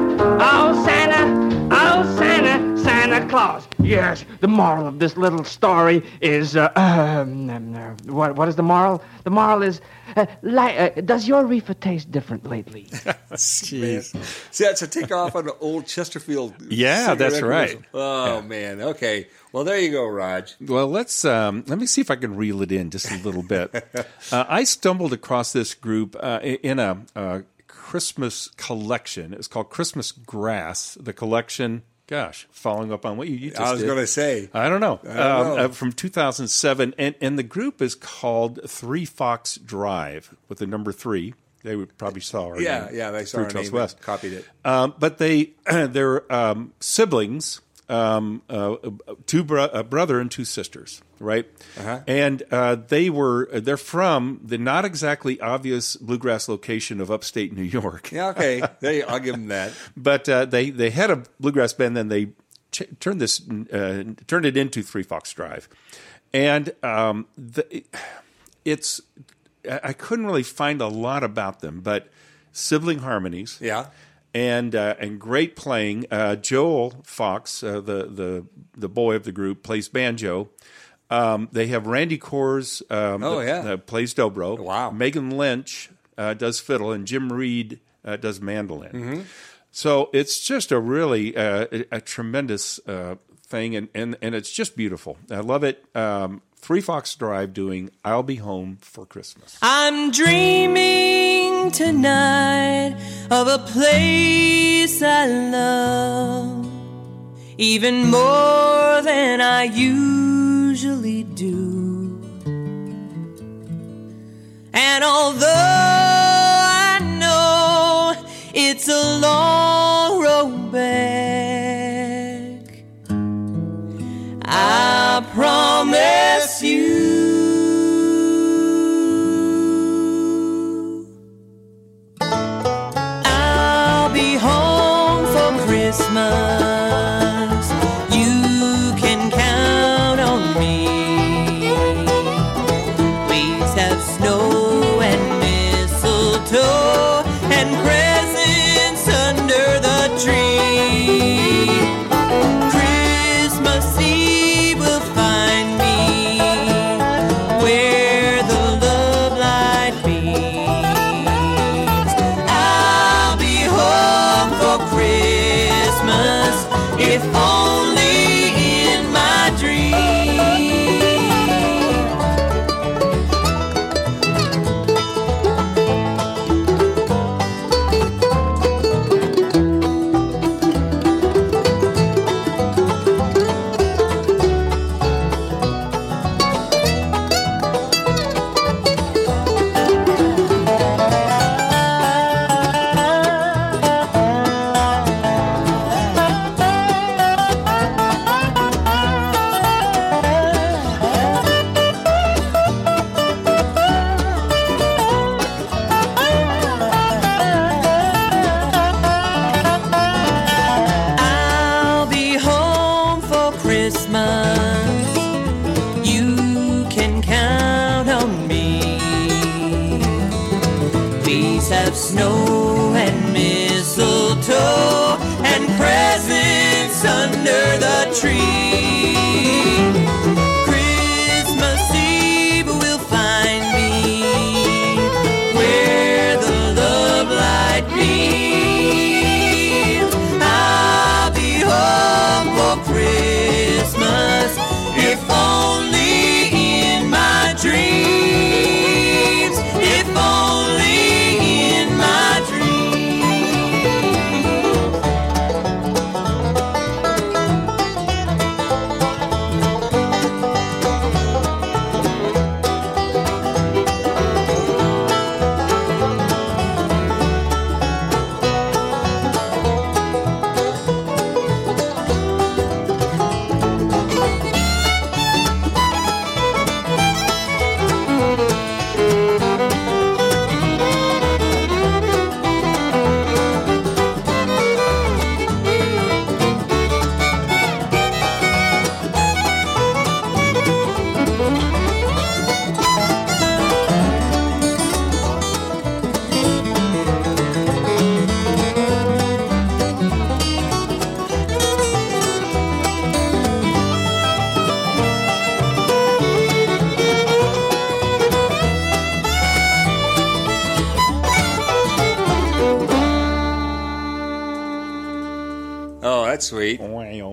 Speaker 13: oh Santa, oh Santa, Santa Claus. Yes, the moral of this little story is uh, um, um, uh, what? What is the moral? The moral is, uh, li- uh, does your reefer taste different lately?
Speaker 6: Jeez. See, that's a takeoff on an old Chesterfield.
Speaker 5: Yeah, that's
Speaker 6: cigarette
Speaker 5: right.
Speaker 6: commercial. Oh man. Okay. Well, there you go, Raj.
Speaker 5: Well, let's um, let me see if I can reel it in just a little bit. uh, I stumbled across this group uh, i- in a uh, Christmas collection. It's called Christmas Grass, the collection Gosh, following up on what you, you just
Speaker 6: I was
Speaker 5: did.
Speaker 6: going to say.
Speaker 5: I don't know.
Speaker 6: I don't
Speaker 5: Um,
Speaker 6: know.
Speaker 5: uh, from 2007, and, and the group is called Three Fox Drive with the number three. They would probably saw our
Speaker 6: Yeah,
Speaker 5: name
Speaker 6: yeah, they saw
Speaker 5: through
Speaker 6: our
Speaker 5: Trust
Speaker 6: name
Speaker 5: West.
Speaker 6: and copied it.
Speaker 5: Um, but they their um, siblings, um, uh, two bro- a brother and two sisters, right?
Speaker 6: Uh-huh.
Speaker 5: And uh, they were they're from the not exactly obvious bluegrass location of upstate New York.
Speaker 6: Yeah, okay. There you, I'll give them that.
Speaker 5: But uh, they they had a bluegrass band, then they ch- turned this uh, turned it into Three Fox Drive, and um, the, it's I I couldn't really find a lot about them, but sibling harmonies,
Speaker 6: Yeah.
Speaker 5: and uh, and great playing. Uh, Joel Fox, uh, the the the boy of the group, plays banjo. Um, they have Randy Kors, um,
Speaker 6: Oh,
Speaker 5: the-
Speaker 6: yeah.
Speaker 5: the- plays dobro.
Speaker 6: Oh, Wow.
Speaker 5: Megan Lynch uh, does fiddle, and Jim Reed uh, does mandolin.
Speaker 6: Mm-hmm.
Speaker 5: So it's just a really uh, a- a tremendous uh, thing, and, and and it's just beautiful. I love it. Um, Three Fox Drive doing "I'll Be Home for Christmas."
Speaker 10: I'm dreaming tonight of a place I love even more than I usually do. And although I know it's a long road back, I promise you. I'll be home for Christmas. You can count on me. Please have snow and mistletoe and presents under the tree. Christmas Eve will find me where the love light beams. I'll be home for Christmas if only in my dream. I'll be home for Christmas. You can count on me. Please have snow and mistletoe and presents under the tree. Christmas Eve will find me where the love light beams. I'll be home for Christmas if only in my dreams. If only in my dreams.
Speaker 6: Oh, that's sweet.
Speaker 5: Wow,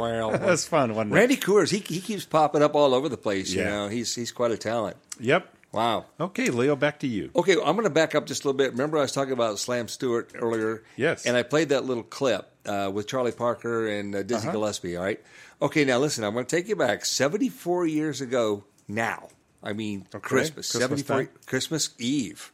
Speaker 6: wow.
Speaker 5: That's fun, wasn't it?
Speaker 6: Randy Coors, he, he keeps popping up all over the place. You
Speaker 5: Yeah.
Speaker 6: know, he's he's quite a talent.
Speaker 5: Yep.
Speaker 6: Wow.
Speaker 5: Okay, Leo, back to you.
Speaker 6: Okay, I'm going to back up just a little bit. Remember, I was talking about Slam Stewart earlier.
Speaker 5: Yes.
Speaker 6: And I played that little clip uh, with Charlie Parker and uh, Dizzy
Speaker 5: Uh-huh.
Speaker 6: Gillespie. All right. Okay, now listen. I'm going to take you back 74 years ago. Now, I mean Christmas,
Speaker 5: Christmas
Speaker 6: 74
Speaker 5: time.
Speaker 6: Christmas Eve.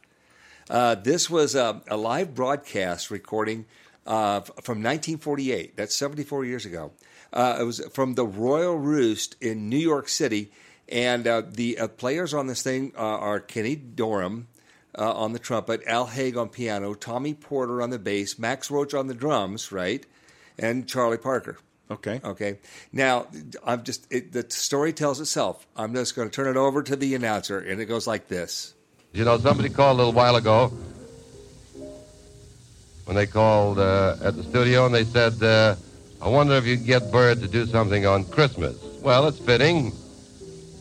Speaker 6: Uh, this was a, a live broadcast recording uh, f- from 1948. That's 74 years ago. Uh, it was from the Royal Roost in New York City, and uh, the uh, players on this thing uh, are Kenny Dorham uh, on the trumpet, Al Haig on piano, Tommy Porter on the bass, Max Roach on the drums, right, and Charlie Parker.
Speaker 5: Okay.
Speaker 6: Okay. Now, I'm just it, the story tells itself. I'm just going to turn it over to the announcer, and it goes like this.
Speaker 14: You know, somebody called a little while ago when they called uh, at the studio and they said, uh, I wonder if you could get Bird to do something on Christmas. Well, it's fitting.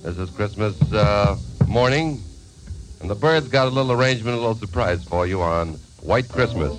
Speaker 14: This is Christmas uh, morning, and the Bird's got a little arrangement, a little surprise for you on White Christmas.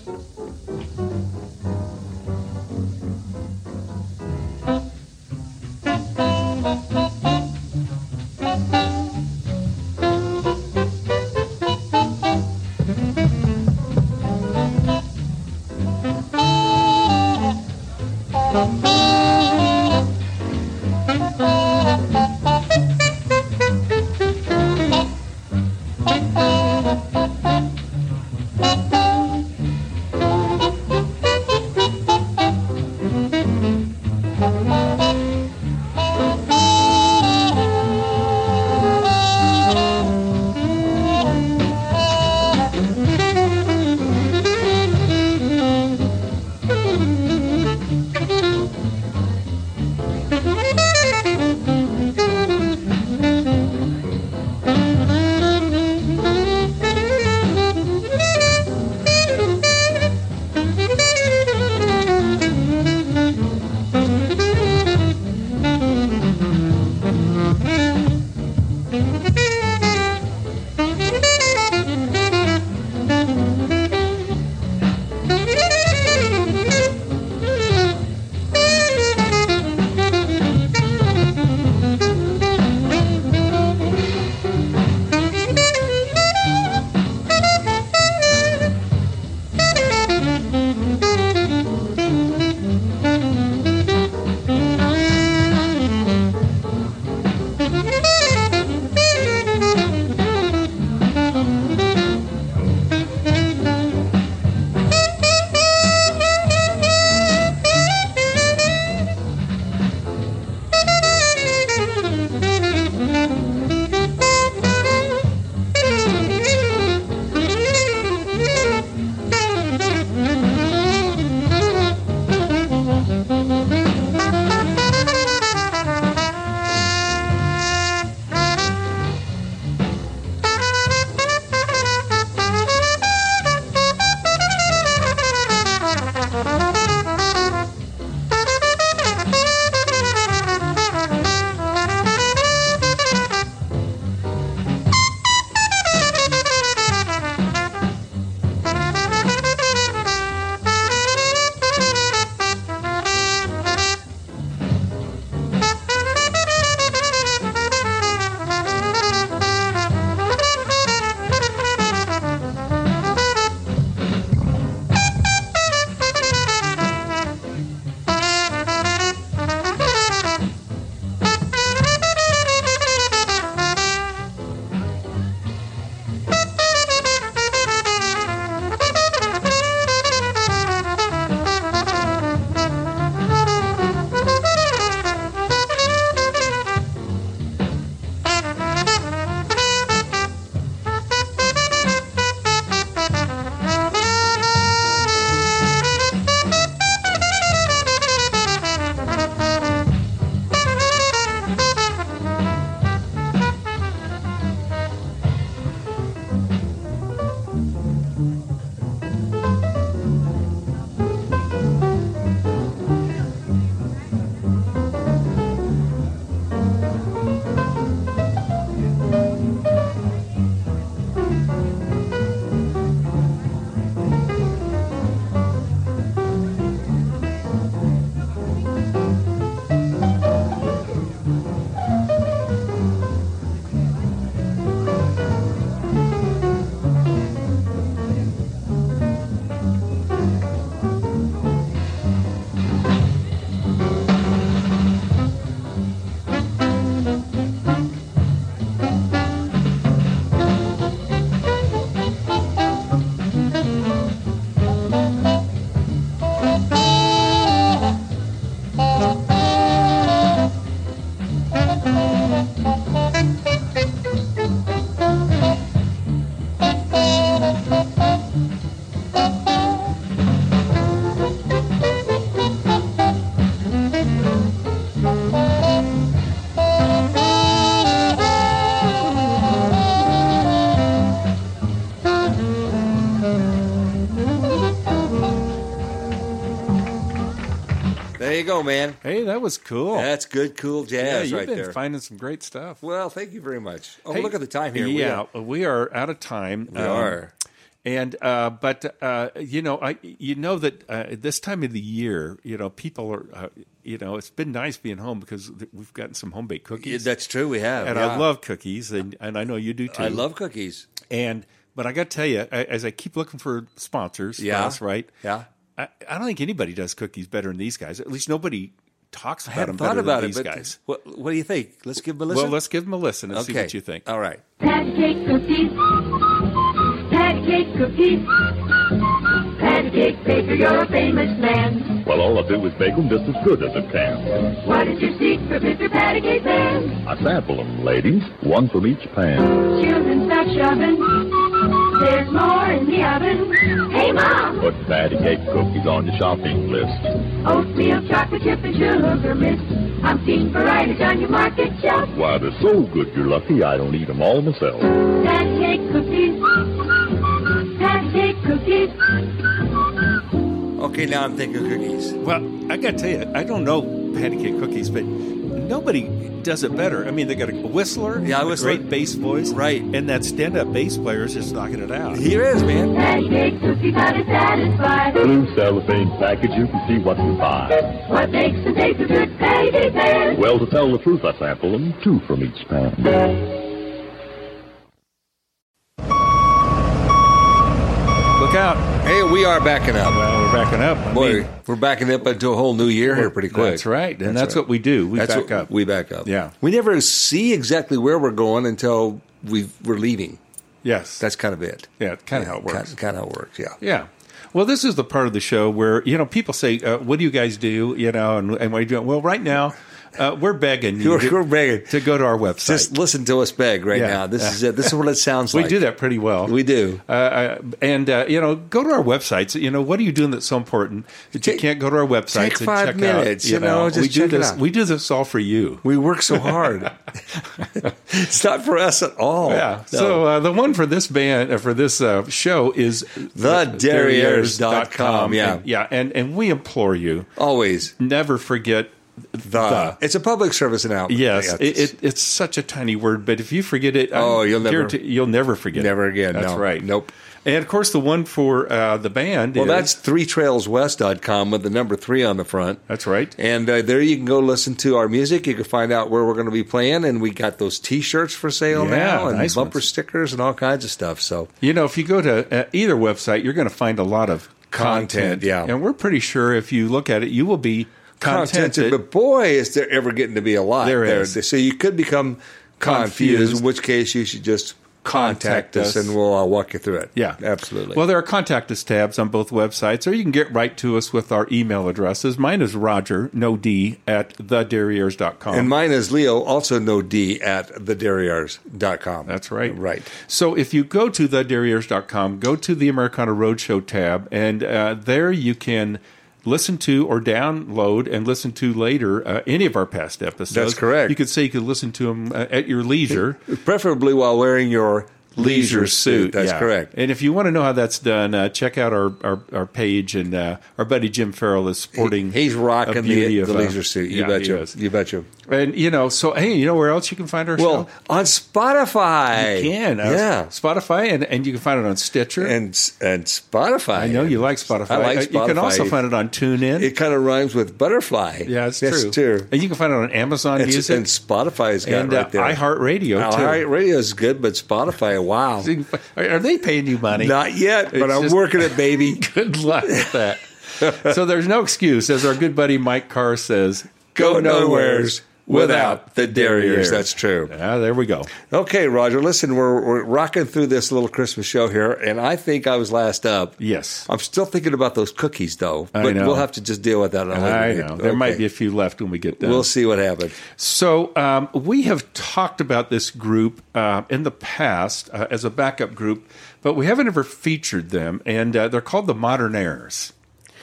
Speaker 15: Thank you.
Speaker 6: you go, man.
Speaker 5: Hey, that was cool.
Speaker 6: That's good, cool jazz
Speaker 5: yeah, you've
Speaker 6: right
Speaker 5: been
Speaker 6: there.
Speaker 5: finding some great stuff.
Speaker 6: Well, thank you very much. Oh,
Speaker 5: Hey,
Speaker 6: look at the time here. We
Speaker 5: Yeah,
Speaker 6: are-
Speaker 5: we are, out of time. We
Speaker 6: are.
Speaker 5: And uh, but uh, you know, I you know that uh, at this time of the year, you know, people are. Uh, you know, it's been nice being home because th- we've gotten some home baked
Speaker 6: Yeah,
Speaker 5: cookies.
Speaker 6: that's true. We have.
Speaker 5: and
Speaker 6: yeah.
Speaker 5: I love cookies, and, and I know you do too.
Speaker 6: I love cookies.
Speaker 5: and but I got to tell you, I, as I keep looking for sponsors, for
Speaker 6: Yeah.
Speaker 5: us, right?
Speaker 6: Yeah.
Speaker 5: I, I don't think anybody does cookies better than these guys. At least nobody talks
Speaker 6: I
Speaker 5: about them
Speaker 6: hadn't
Speaker 5: better
Speaker 6: thought about
Speaker 5: than
Speaker 6: it,
Speaker 5: these
Speaker 6: but
Speaker 5: guys.
Speaker 6: What, what do you think? Let's give them a listen.
Speaker 5: Well, let's give them a listen and see
Speaker 6: Okay.
Speaker 5: what you think.
Speaker 6: All right.
Speaker 15: Pancake cookies. Pancake cookies. Pancake baker, you're a famous man.
Speaker 16: Well, all I do is bake 'em just as good as I can.
Speaker 15: What is your secret, Mr. Pancake Man?
Speaker 16: I sample 'em, ladies, one from each pan.
Speaker 15: Children, stop shoving. There's more in the oven. Hey, Mom!
Speaker 16: Put patty cake cookies on your shopping list.
Speaker 15: Oatmeal, chocolate chip, and sugar mist. I'm seeing varieties on your market shelf.
Speaker 16: Why, they're so good you're lucky I don't eat 'em all myself.
Speaker 15: Pancake cookies. Pancake cookies.
Speaker 6: Okay, now I'm thinking cookies.
Speaker 5: Well, I got to tell you, I don't know patty cake cookies, but nobody does it better. I mean, they got a whistler,
Speaker 6: Yeah,
Speaker 5: a
Speaker 6: Whistler.
Speaker 5: great bass voice, right, and that stand-up bass player is just knocking it out.
Speaker 6: Here is man.
Speaker 15: Pancake cookies are to satisfy.
Speaker 16: Blue cellophane package, you can see what's inside.
Speaker 15: What makes the taste of good pancake man?
Speaker 16: Well, to tell the truth, I sample 'em two from each pan.
Speaker 5: Look out!
Speaker 6: Hey, we are backing up.
Speaker 5: Well, we're backing up. I
Speaker 6: Boy,
Speaker 5: mean-
Speaker 6: we're backing up into a whole new year here pretty quick.
Speaker 5: That's right, and that's what we do. We
Speaker 6: That's
Speaker 5: back
Speaker 6: what-
Speaker 5: up.
Speaker 6: We back up.
Speaker 5: Yeah.
Speaker 6: We never see exactly where we're going until we we're leaving.
Speaker 5: Yes.
Speaker 6: That's kind of it.
Speaker 5: Yeah, kind of how it works.
Speaker 6: Kind, kind of how it works, yeah.
Speaker 5: Yeah. Well, this is the part of the show where you know people say, uh, "What do you guys do?" You know, and, and what are you doing? Well, right now, uh, we're begging you.
Speaker 6: We're-
Speaker 5: to,
Speaker 6: we're begging.
Speaker 5: to go to our website.
Speaker 6: Just listen to us beg right
Speaker 5: Yeah.
Speaker 6: now. This is it. This is what it sounds
Speaker 5: we
Speaker 6: like.
Speaker 5: do that pretty well.
Speaker 6: We do.
Speaker 5: Uh, uh, and uh, you know, go to our websites. You know, what are you doing that's so important that you can't go to our websites
Speaker 6: take
Speaker 5: and
Speaker 6: five
Speaker 5: check
Speaker 6: minutes,
Speaker 5: out?
Speaker 6: you know, just
Speaker 5: we do
Speaker 6: check it
Speaker 5: this.
Speaker 6: out.
Speaker 5: We do this all for you.
Speaker 6: We work so hard. it's not for us at all.
Speaker 5: Yeah.
Speaker 6: Oh, No.
Speaker 5: So uh, the one for this band uh, for this uh, show is uh,
Speaker 6: TheDerriers.com. Yeah.
Speaker 5: And, yeah. And and we implore you
Speaker 6: always
Speaker 5: never forget the.
Speaker 6: Uh, it's a public service announcement.
Speaker 5: uh, Yes,
Speaker 6: Oh, Yeah,
Speaker 5: it, it, it's such a tiny word, but if you forget it,
Speaker 6: Oh, you'll never-
Speaker 5: guarantee- you'll never forget.
Speaker 6: never
Speaker 5: it.
Speaker 6: again.
Speaker 5: That's
Speaker 6: no.
Speaker 5: right.
Speaker 6: Nope.
Speaker 5: And of course, the one for uh, the band. is-
Speaker 6: Well, that's threetrailswest.com with the number three on the front.
Speaker 5: that's right.
Speaker 6: And uh, there you can go listen to our music. You can find out where we're going to be playing. And we got those t shirts for sale
Speaker 5: Yeah,
Speaker 6: now and
Speaker 5: nice
Speaker 6: bumper
Speaker 5: ones.
Speaker 6: stickers and all kinds of stuff. So
Speaker 5: You know, if you go to uh, either website, you're going to find a lot of
Speaker 6: Content,
Speaker 5: content.
Speaker 6: yeah.
Speaker 5: and we're pretty sure if you look at it, you will be contented.
Speaker 6: But boy, is there ever getting to be a lot.
Speaker 5: There is.
Speaker 6: So you could become confused,
Speaker 5: Confused.
Speaker 6: in which case you should just
Speaker 5: Contact
Speaker 6: contact, us,
Speaker 5: us.
Speaker 6: and we'll uh, walk you through it.
Speaker 5: Yeah.
Speaker 6: Absolutely.
Speaker 5: Well, there are contact us tabs on both websites, or you can get right to us with our email addresses. Mine is Roger, no D, at thederriers.com.
Speaker 6: and mine is Leo, also no D at thederriers.com.
Speaker 5: That's right.
Speaker 6: Right.
Speaker 5: So if you go to thederriers.com, go to the Americana Roadshow tab, and uh, there you can listen to or download and listen to later uh, any of our past episodes.
Speaker 6: That's correct.
Speaker 5: You could say you could listen to them uh, at your leisure.
Speaker 6: Preferably while wearing your leisure, suit. That's
Speaker 5: yeah.
Speaker 6: correct.
Speaker 5: And if you want to know how that's done, uh, check out our, our, our page. And uh, our buddy Jim Farrell is sporting.
Speaker 6: He's
Speaker 5: a
Speaker 6: rocking
Speaker 5: beauty
Speaker 6: the,
Speaker 5: of,
Speaker 6: the
Speaker 5: uh,
Speaker 6: leisure suit. You
Speaker 5: yeah, he
Speaker 6: betcha.
Speaker 5: is.
Speaker 6: You betcha.
Speaker 5: And you know, so hey, you know where else you can find our
Speaker 6: Well,
Speaker 5: show?
Speaker 6: on Spotify.
Speaker 5: You can uh,
Speaker 6: yeah.
Speaker 5: Spotify, and, and you can find it on Stitcher.
Speaker 6: And and Spotify.
Speaker 5: I know you like Spotify.
Speaker 6: I like
Speaker 5: Uh, You can
Speaker 6: Spotify.
Speaker 5: also find it on TuneIn.
Speaker 6: It kind of rhymes with butterfly.
Speaker 5: yeah, it's
Speaker 6: That's
Speaker 5: true. And you can find it on Amazon
Speaker 6: And,
Speaker 5: Music
Speaker 6: and Spotify's got
Speaker 5: and
Speaker 6: it right there.
Speaker 5: uh, iHeartRadio
Speaker 6: Now,
Speaker 5: too.
Speaker 6: iHeartRadio is good, but Spotify, wow.
Speaker 5: So you can fi- Are are they paying you money?
Speaker 6: Not yet, but
Speaker 5: It's
Speaker 6: I'm
Speaker 5: just-
Speaker 6: working it, baby.
Speaker 5: Good luck with that. so there's no excuse, as our good buddy Mike Carr says.
Speaker 6: Go nowheres without the derriers.
Speaker 5: derriers.
Speaker 6: That's true.
Speaker 5: Ah, there we go.
Speaker 6: Okay, Roger, listen, we're, we're rocking through this little Christmas show here, and I think I was last up.
Speaker 5: Yes,
Speaker 6: I'm still thinking about those cookies, though.
Speaker 5: I
Speaker 6: But
Speaker 5: know.
Speaker 6: we'll have to just deal with that. on a later
Speaker 5: I
Speaker 6: date.
Speaker 5: know. There might
Speaker 6: Okay.
Speaker 5: be a few left when we get done.
Speaker 6: We'll see what happens.
Speaker 5: So um, we have talked about this group uh, in the past uh, as a backup group, but we haven't ever featured them, and uh, they're called the Modern Heirs.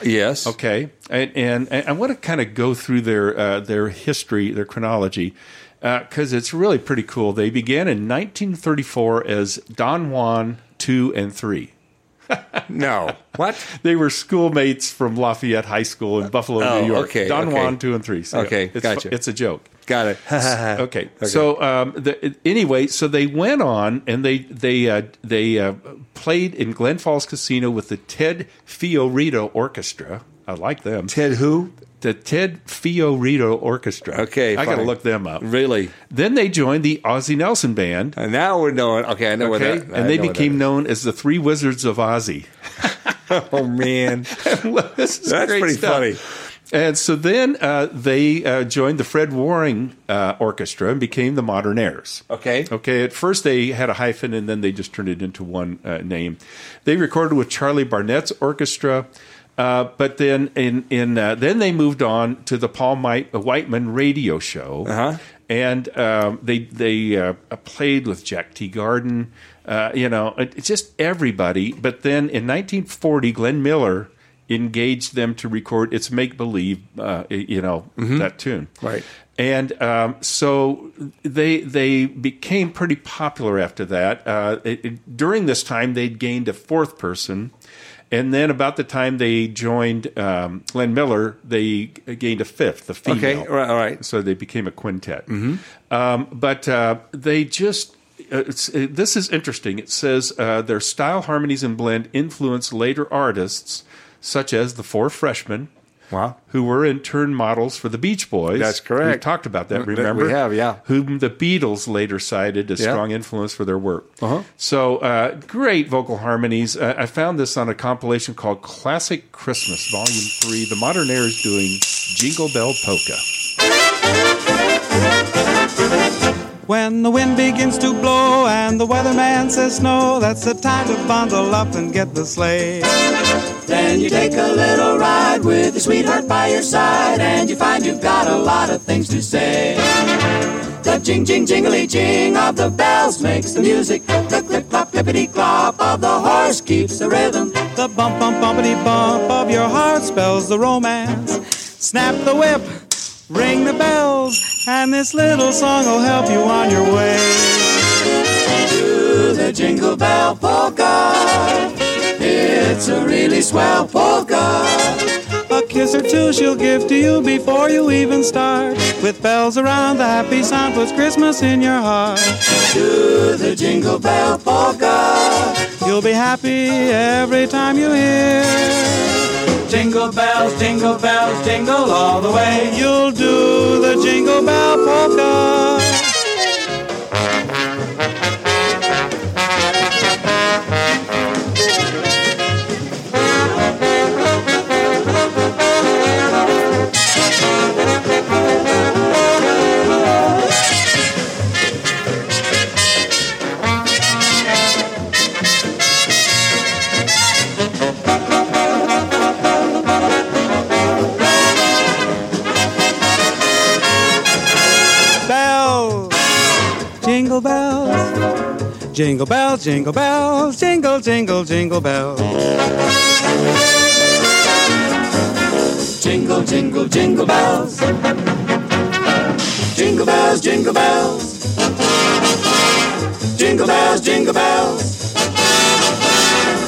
Speaker 6: Yes.
Speaker 5: Okay, and and, and I want to kind of go through their uh, their history, their chronology, because it's really pretty cool. They began in 1934 as Don Juan two and three.
Speaker 6: no. What?
Speaker 5: They were schoolmates from Lafayette High School in Buffalo,
Speaker 6: Oh,
Speaker 5: New York.
Speaker 6: okay,
Speaker 5: Don
Speaker 6: okay.
Speaker 5: Juan, two and three. So
Speaker 6: Okay,
Speaker 5: it's,
Speaker 6: gotcha.
Speaker 5: It's a joke.
Speaker 6: Got it.
Speaker 5: okay. So um, the, anyway, so they went on and they they uh, they uh, played in Glen Falls Casino with the Ted Fiorito Orchestra. I like them.
Speaker 6: Ted who?
Speaker 5: The Ted Fiorito Orchestra.
Speaker 6: Okay,
Speaker 5: I got to
Speaker 6: fine.
Speaker 5: look them up.
Speaker 6: Really?
Speaker 5: Then they joined the Ozzie Nelson Band.
Speaker 6: And now we're knowing. Okay, I know what
Speaker 5: Okay,
Speaker 6: that. I
Speaker 5: and they
Speaker 6: know what
Speaker 5: became known as the Three Wizards of Ozzy.
Speaker 6: oh man,
Speaker 5: this is
Speaker 6: That's
Speaker 5: great
Speaker 6: pretty
Speaker 5: stuff.
Speaker 6: funny.
Speaker 5: And so then uh, they uh, joined the Fred Waring uh, Orchestra and became the Modern Heirs.
Speaker 6: Okay.
Speaker 5: Okay. At first they had a hyphen and then they just turned it into one uh, name. They recorded with Charlie Barnett's orchestra. Uh, but then in in uh, then they moved on to the Paul Mite, Whiteman radio show,
Speaker 6: Uh-huh.
Speaker 5: and um, they they uh, played with Jack T. Garden, uh, you know, it- it's just everybody. But then in 1940, Glenn Miller engaged them to record its make believe, uh, you know, that tune,
Speaker 6: Mm-hmm. Right.
Speaker 5: and um, so they they became pretty popular after that. Uh, it- it- during this time, they'd gained a fourth person, and then about the time they joined um, Glenn Miller, they gained a fifth, a female.
Speaker 6: Okay, all right, all right. Mm-hmm.
Speaker 5: So they became a quintet. Um, but uh, they just. Uh, it's, uh this is interesting. It says uh, their style, harmonies, and blend influenced later artists such as the Four Freshmen,
Speaker 6: Wow.
Speaker 5: who were in turn models for the Beach Boys.
Speaker 6: That's correct.
Speaker 5: We've talked about
Speaker 6: That
Speaker 5: that,
Speaker 6: we
Speaker 5: remember?
Speaker 6: have, yeah.
Speaker 5: Whom the Beatles later cited as
Speaker 6: Yeah.
Speaker 5: strong influence for their work.
Speaker 6: Uh-huh.
Speaker 5: So uh, great vocal harmonies. Uh, I found this on a compilation called Classic Christmas, Volume 3. The Modern Air is doing Jingle Bell Polka.
Speaker 12: When the wind begins to blow and the weatherman says snow, that's the time to bundle up and get the sleigh.
Speaker 10: Then you take a little ride with your sweetheart by your side, and you find you've got a lot of things to say. The jing jing jingly jing of the bells makes the music. The clip clop clippity clop of the horse keeps the rhythm.
Speaker 12: The bump bump bumpity bump of your heart spells the romance. Snap the whip, ring the bells, and this little song will help you on your way.
Speaker 10: To the jingle bell polka, it's a really swell polka.
Speaker 12: A kiss or two she'll give to you before you even start. With bells around, the happy sound puts Christmas in your heart.
Speaker 10: To the jingle bell polka,
Speaker 12: You'll be happy every time you hear.
Speaker 10: jingle bells, jingle bells, jingle all the way.
Speaker 12: You'll do the jingle bell polka. Bells, jingle bells, jingle bells, jingle bells, jingle, jingle, jingle bells.
Speaker 10: Jingle, jingle, jingle bells. Jingle bells, jingle bells. Jingle bells, jingle bells.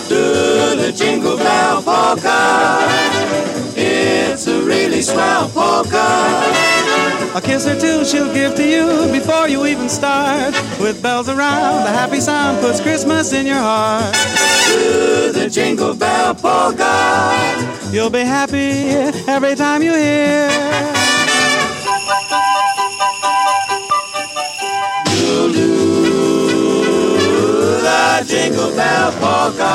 Speaker 10: Do the jingle bell polka. It's a really swell polka.
Speaker 12: A kiss or two she'll give to you before you even start. With bells around, the happy sound puts Christmas in your heart.
Speaker 10: Do the jingle bell polka.
Speaker 12: You'll be happy every time you hear.
Speaker 10: The jingle bell polka.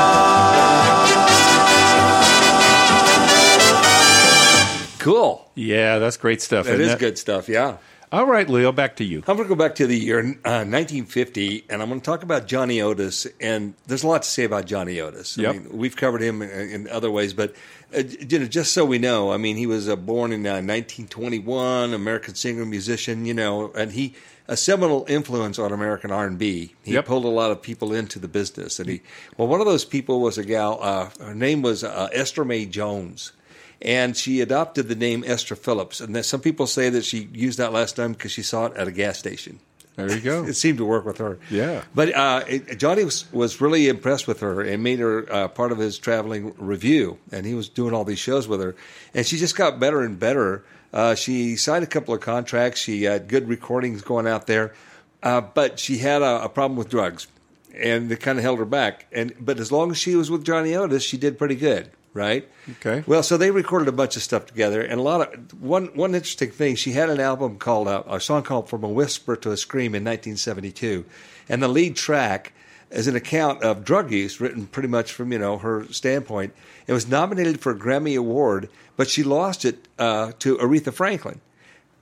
Speaker 6: Cool.
Speaker 5: Yeah, that's great stuff.
Speaker 6: That
Speaker 5: isn't
Speaker 6: is
Speaker 5: it?
Speaker 6: good stuff. Yeah.
Speaker 5: All right, Leo, back to you.
Speaker 6: I'm going to go back to the year uh, 1950, and I'm going to talk about Johnny Otis. And there's a lot to say about Johnny Otis. I
Speaker 5: Yep.
Speaker 6: mean, we've covered him in, in other ways, but uh, you know, just so we know, I mean, he was uh, born in uh, 1921, American singer musician. You know, and he a seminal influence on American R&B. He
Speaker 5: Yep.
Speaker 6: pulled a lot of people into the business, and he well, one of those people was a gal. Uh, her name was uh, Esther Mae Jones and she adopted the name Esther Phillips. And then some people say that she used that last name because she saw it at a gas station.
Speaker 5: There you go.
Speaker 6: it seemed to work with her.
Speaker 5: Yeah.
Speaker 6: But uh, it, Johnny was, was really impressed with her and made her uh, part of his traveling review. And he was doing all these shows with her. And she just got better and better. Uh, she signed a couple of contracts. She had good recordings going out there. Uh, but she had a, a problem with drugs. And it kind of held her back. And But as long as she was with Johnny Otis, she did pretty good, right?
Speaker 5: Okay.
Speaker 6: Well, so they recorded a bunch of stuff together, and a lot of one one interesting thing. She had an album called uh, a song called "From a Whisper to a Scream" in 1972, and the lead track is an account of drug use, written pretty much from you know her standpoint. It was nominated for a Grammy Award, but she lost it uh, to Aretha Franklin.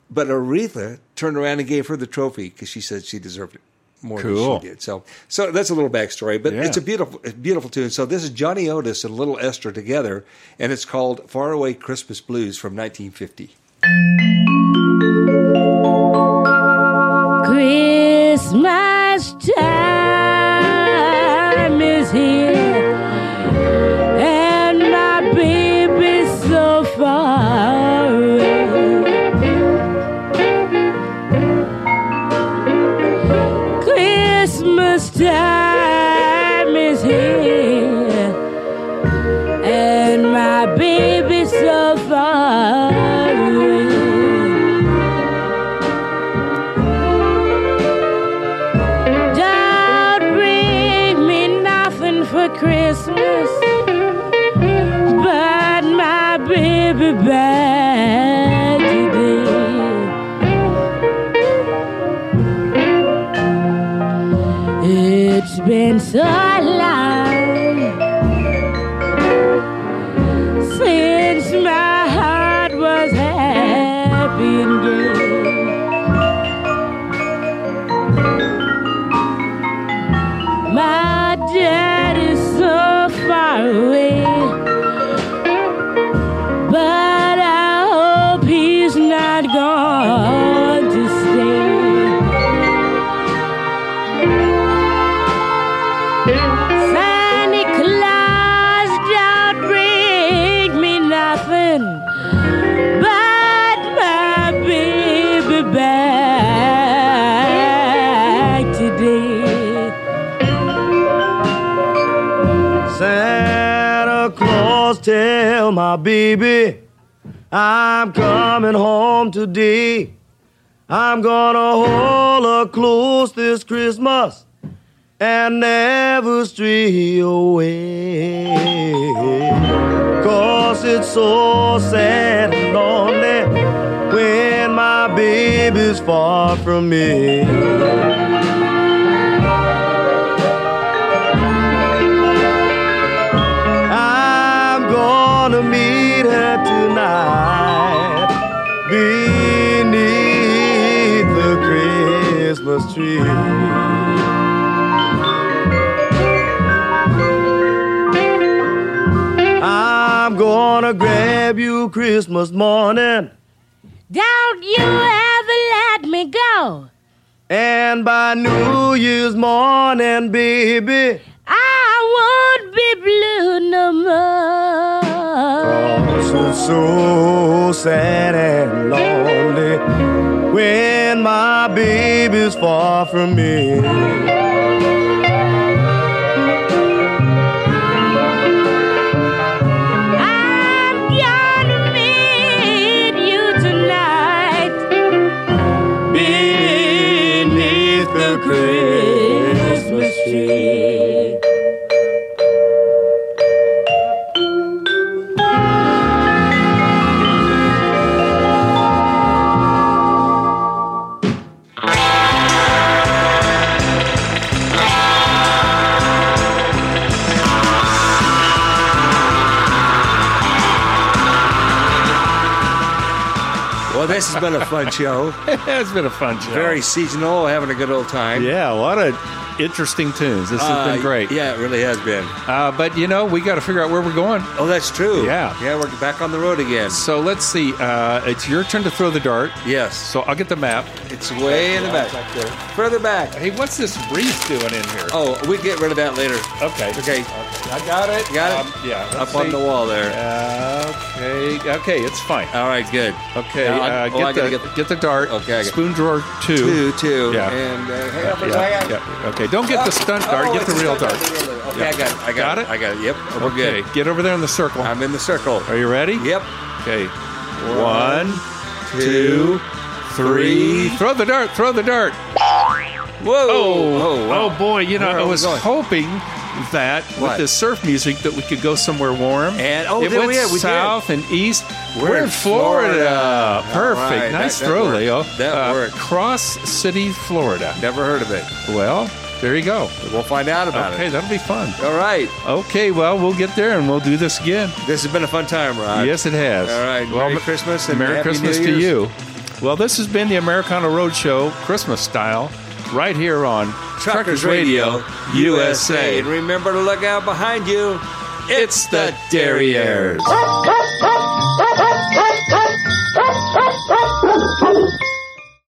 Speaker 6: But Aretha turned around and gave her the trophy because she said she deserved it more
Speaker 5: Cool.
Speaker 6: than she did. So, so that's a little backstory, but
Speaker 5: Yeah.
Speaker 6: it's a beautiful, a beautiful tune. So this is Johnny Otis and Little Esther together, and it's called "Faraway Christmas Blues" from 1950.
Speaker 17: Christmas time is here, and my baby's so far away. Christmas time is here, and my baby's so far away. Don't bring me nothing for Christmas but my baby back today. It's been so long since my heart was happy and gay. My dad is so far away, but I hope he's not gone to stay. Santa Claus don't bring me nothing but my baby back today.
Speaker 18: Santa Claus, tell my baby I'm coming home today. I'm gonna hold her close this Christmas and never stray away. Cause it's so sad and lonely when my baby's far from me. I'm gonna meet her tonight beneath the Christmas tree. I'm gonna grab you Christmas morning,
Speaker 17: Don't you ever let me go.
Speaker 18: and by New Year's morning, baby,
Speaker 17: I won't be blue no more.
Speaker 18: Cause it's so sad and lonely when my baby's far from me.
Speaker 17: I'm gonna meet you tonight.
Speaker 18: Beneath the Christmas tree.
Speaker 6: Well, this has been a fun show.
Speaker 5: it's been a fun show.
Speaker 6: Very seasonal, having a good old time.
Speaker 5: Yeah, a lot of interesting tunes. This has been
Speaker 6: Uh,
Speaker 5: great.
Speaker 6: Yeah, it really has been.
Speaker 5: Uh, but you know, we got to figure out where we're going.
Speaker 6: Oh, that's true.
Speaker 5: Yeah.
Speaker 6: Yeah, we're back on the road again.
Speaker 5: So let's see. Uh, it's your turn to throw the dart.
Speaker 6: Yes.
Speaker 5: So I'll get the map.
Speaker 6: It's way in the back. Further back.
Speaker 5: Hey, what's this breeze doing in here?
Speaker 6: Oh, we get rid of that later.
Speaker 5: Okay.
Speaker 6: Okay.
Speaker 5: I got it.
Speaker 6: Got
Speaker 5: Um,
Speaker 6: it?
Speaker 5: yeah.
Speaker 6: Up
Speaker 5: let's
Speaker 6: on
Speaker 5: see.
Speaker 6: the wall there. Uh,
Speaker 5: Okay. Okay. It's fine.
Speaker 6: All right, good.
Speaker 5: Okay.
Speaker 6: Now, I-
Speaker 5: uh,
Speaker 6: oh, I
Speaker 5: get,
Speaker 6: gotta
Speaker 5: the,
Speaker 6: get
Speaker 5: get,
Speaker 6: the-
Speaker 5: the, dart.
Speaker 6: Okay, I got-
Speaker 5: Spoon drawer two.
Speaker 6: Two, two.
Speaker 5: Yeah.
Speaker 6: And uh, hang on for a
Speaker 5: yeah,
Speaker 6: second.
Speaker 5: yeah. Okay. Don't get the stunt dart.
Speaker 6: Oh,
Speaker 5: get the
Speaker 6: it's a
Speaker 5: real
Speaker 6: stunt
Speaker 5: dart.
Speaker 6: the real dart. Okay,
Speaker 5: Yeah.
Speaker 6: I got it. I got,
Speaker 5: Got
Speaker 6: it.
Speaker 5: it?
Speaker 6: I got it. Yep. We're
Speaker 5: okay.
Speaker 6: good.
Speaker 5: Get over there in the circle.
Speaker 6: I'm in the circle.
Speaker 5: Are you ready?
Speaker 6: Yep.
Speaker 5: Okay. One, two, three.
Speaker 6: three.
Speaker 5: Throw the dart. Throw the dart.
Speaker 6: Whoa.
Speaker 5: Oh,
Speaker 6: wow.
Speaker 5: oh boy! You know,
Speaker 6: Where
Speaker 5: I
Speaker 6: are we
Speaker 5: was
Speaker 6: going?
Speaker 5: hoping that with
Speaker 6: What?
Speaker 5: this surf music that we could go somewhere warm.
Speaker 6: And- oh,
Speaker 5: it
Speaker 6: there
Speaker 5: went
Speaker 6: we are, we did.
Speaker 5: south and east. We're,
Speaker 6: We're
Speaker 5: in
Speaker 6: in
Speaker 5: Florida.
Speaker 6: Florida. All
Speaker 5: Perfect.
Speaker 6: right,
Speaker 5: Nice
Speaker 6: that- that
Speaker 5: throw,
Speaker 6: worked.
Speaker 5: Leo.
Speaker 6: That worked.
Speaker 5: Cross City, Florida.
Speaker 6: Never heard of it.
Speaker 5: Well, there you go.
Speaker 6: We'll find out about
Speaker 5: Okay,
Speaker 6: it.
Speaker 5: that'll be fun.
Speaker 6: All right.
Speaker 5: Okay, well, we'll get there and we'll do this again.
Speaker 6: This has been a fun time, Rod.
Speaker 5: Yes, it has.
Speaker 6: All right.
Speaker 5: Well,
Speaker 6: Merry
Speaker 5: m-
Speaker 6: Christmas and
Speaker 5: Merry
Speaker 6: Happy
Speaker 5: Christmas
Speaker 6: New
Speaker 5: to
Speaker 6: Year's.
Speaker 5: you. Well, this has been the Americana Roadshow, Christmas style, right here on
Speaker 6: Truckers Radio USA. And remember to look out behind you.
Speaker 5: It's the Derriers.
Speaker 6: Derriers.